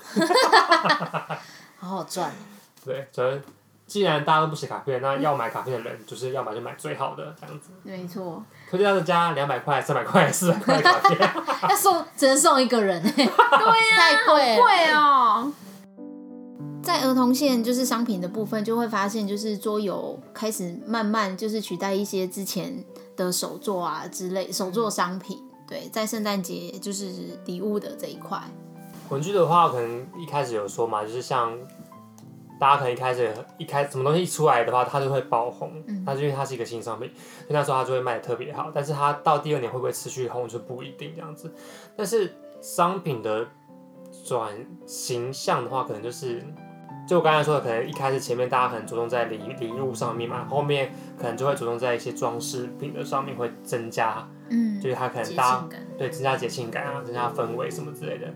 [SPEAKER 4] 好好赚哦，
[SPEAKER 2] 对，就是既然大家都不写卡片，那要买卡片的人就是要买就买最好的这样子，
[SPEAKER 3] 没错。
[SPEAKER 2] 推荐大家两百块、三百块、四百块的卡片。
[SPEAKER 4] [laughs] 要送只能送一个人哎、 [laughs] 对呀、太贵了。
[SPEAKER 3] 贵
[SPEAKER 5] 啊
[SPEAKER 3] 哦。在儿童线就是商品的部分，就会发现就是桌游开始慢慢就是取代一些之前的手作啊之类手作商品。对，在圣诞节就是礼物的这一块，
[SPEAKER 2] 文具的话，可能一开始有说嘛，就是像大家可能一开始一开什么东西一出来的话，它就会爆红，它就因为它是一个新商品，所以那时候它就会卖的特别好。但是它到第二年会不会持续红就不一定这样子。但是商品的转形象的话，可能就是。就我刚才说的，可能一开始前面大家可能着重在礼礼物上面嘛，后面可能就会着重在一些装饰品的上面，会增加，
[SPEAKER 3] 嗯，
[SPEAKER 2] 就是它可
[SPEAKER 5] 节
[SPEAKER 2] 能大家
[SPEAKER 5] 庆感。
[SPEAKER 2] 对，增加节庆感啊，增加氛围什么之类的，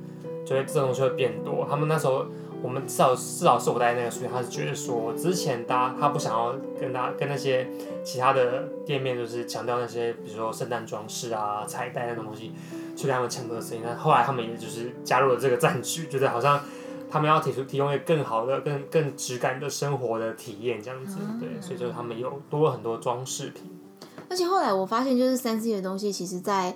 [SPEAKER 2] 就会这种东西会变多。他们那时候，我们至少至少是我在那个书店，他是觉得说，之前大家他不想要跟大跟那些其他的店面就是强调那些，比如说圣诞装饰啊、彩带那种东西，去跟他们抢夺的生意。但后来他们也就是加入了这个战局，觉得好像。他们要提出提供一个更好的、更更质感的生活的体验，这样子，对，所以就是他们有多了很多装饰品，
[SPEAKER 3] 而且后来我发现，就是三 C 的东西，其实在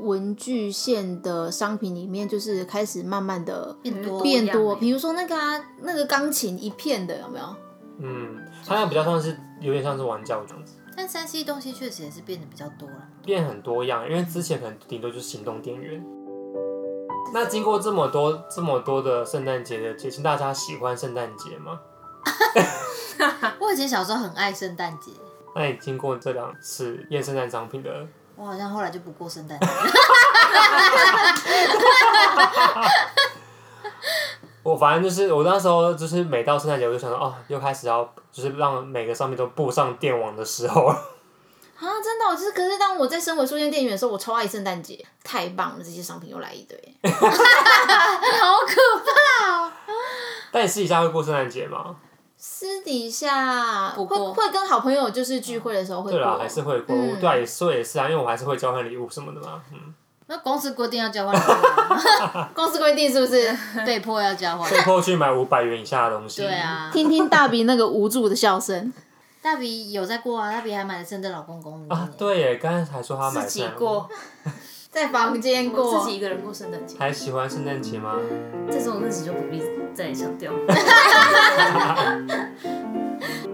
[SPEAKER 3] 文具线的商品里面，就是开始慢慢的
[SPEAKER 4] 变多
[SPEAKER 3] 变多。
[SPEAKER 5] 样欸
[SPEAKER 3] 比如说那个啊，那个钢琴一片的有没有？啊
[SPEAKER 2] 嗯，它那比较像是有点像是玩教这样子。
[SPEAKER 4] 但三 C 东西确实也是变得比较多了。
[SPEAKER 2] 变很多样，因为之前可能顶多就是行动电源。那经过这么多这么多的圣诞节的节庆，大家喜欢圣诞节吗？
[SPEAKER 4] 我以前小时候很爱圣诞节，
[SPEAKER 2] 那你经过这两次验圣诞商品的，
[SPEAKER 4] 我好像后来就不过圣诞节。
[SPEAKER 2] 我反正就是我那时候就是每到圣诞节，我就想说哦，又开始要就是让每个商品都布上电网的时候了。
[SPEAKER 3] 啊，真的、哦，就是可是当我在生活书店店员的时候，我超爱圣诞节，太棒了，这些商品又来一堆， [laughs] 好可怕哦！
[SPEAKER 2] 但你私底下会过圣诞节吗？
[SPEAKER 3] 私底下
[SPEAKER 5] 不
[SPEAKER 3] 会
[SPEAKER 5] 过
[SPEAKER 3] 会跟好朋友就是聚会的时候会
[SPEAKER 2] 对啦，
[SPEAKER 5] 嗯
[SPEAKER 3] 过，
[SPEAKER 2] 还是会过。对啊，也是我也是啊，因为我还是会交换礼物什么的嘛。嗯，
[SPEAKER 4] 那公司规定要交换礼
[SPEAKER 3] [laughs]
[SPEAKER 4] 物
[SPEAKER 3] 公司规定是不是？
[SPEAKER 4] 啊，被迫要交换。
[SPEAKER 2] 被迫去买五百元以下的东西。
[SPEAKER 4] 对，啊，
[SPEAKER 3] [laughs] 听听大鼻那个无助的笑声，
[SPEAKER 4] 大比有在过啊，大比还买了圣诞老公公
[SPEAKER 2] 啊
[SPEAKER 4] 呢，
[SPEAKER 2] 对耶，刚才还说他买
[SPEAKER 5] 自己
[SPEAKER 2] 圣诞
[SPEAKER 5] 过，
[SPEAKER 3] 在房间
[SPEAKER 5] 我
[SPEAKER 3] 过
[SPEAKER 5] 自，己一个人过圣诞节，
[SPEAKER 2] 还喜欢圣诞节吗？
[SPEAKER 5] 这种日子就不必再强调。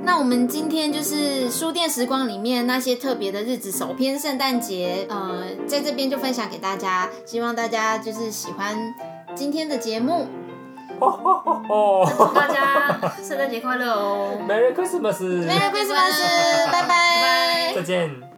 [SPEAKER 3] 那我们今天就是书店时光里面那些特别的日子，首篇圣诞节，呃，在这边就分享给大家，希望大家就是喜欢今天的节目。
[SPEAKER 2] 哦
[SPEAKER 5] 祝大家圣诞节快乐哦！
[SPEAKER 3] [laughs]
[SPEAKER 2] ，Merry Christmas，
[SPEAKER 3] Merry Christmas，拜拜
[SPEAKER 5] 拜
[SPEAKER 2] 再见。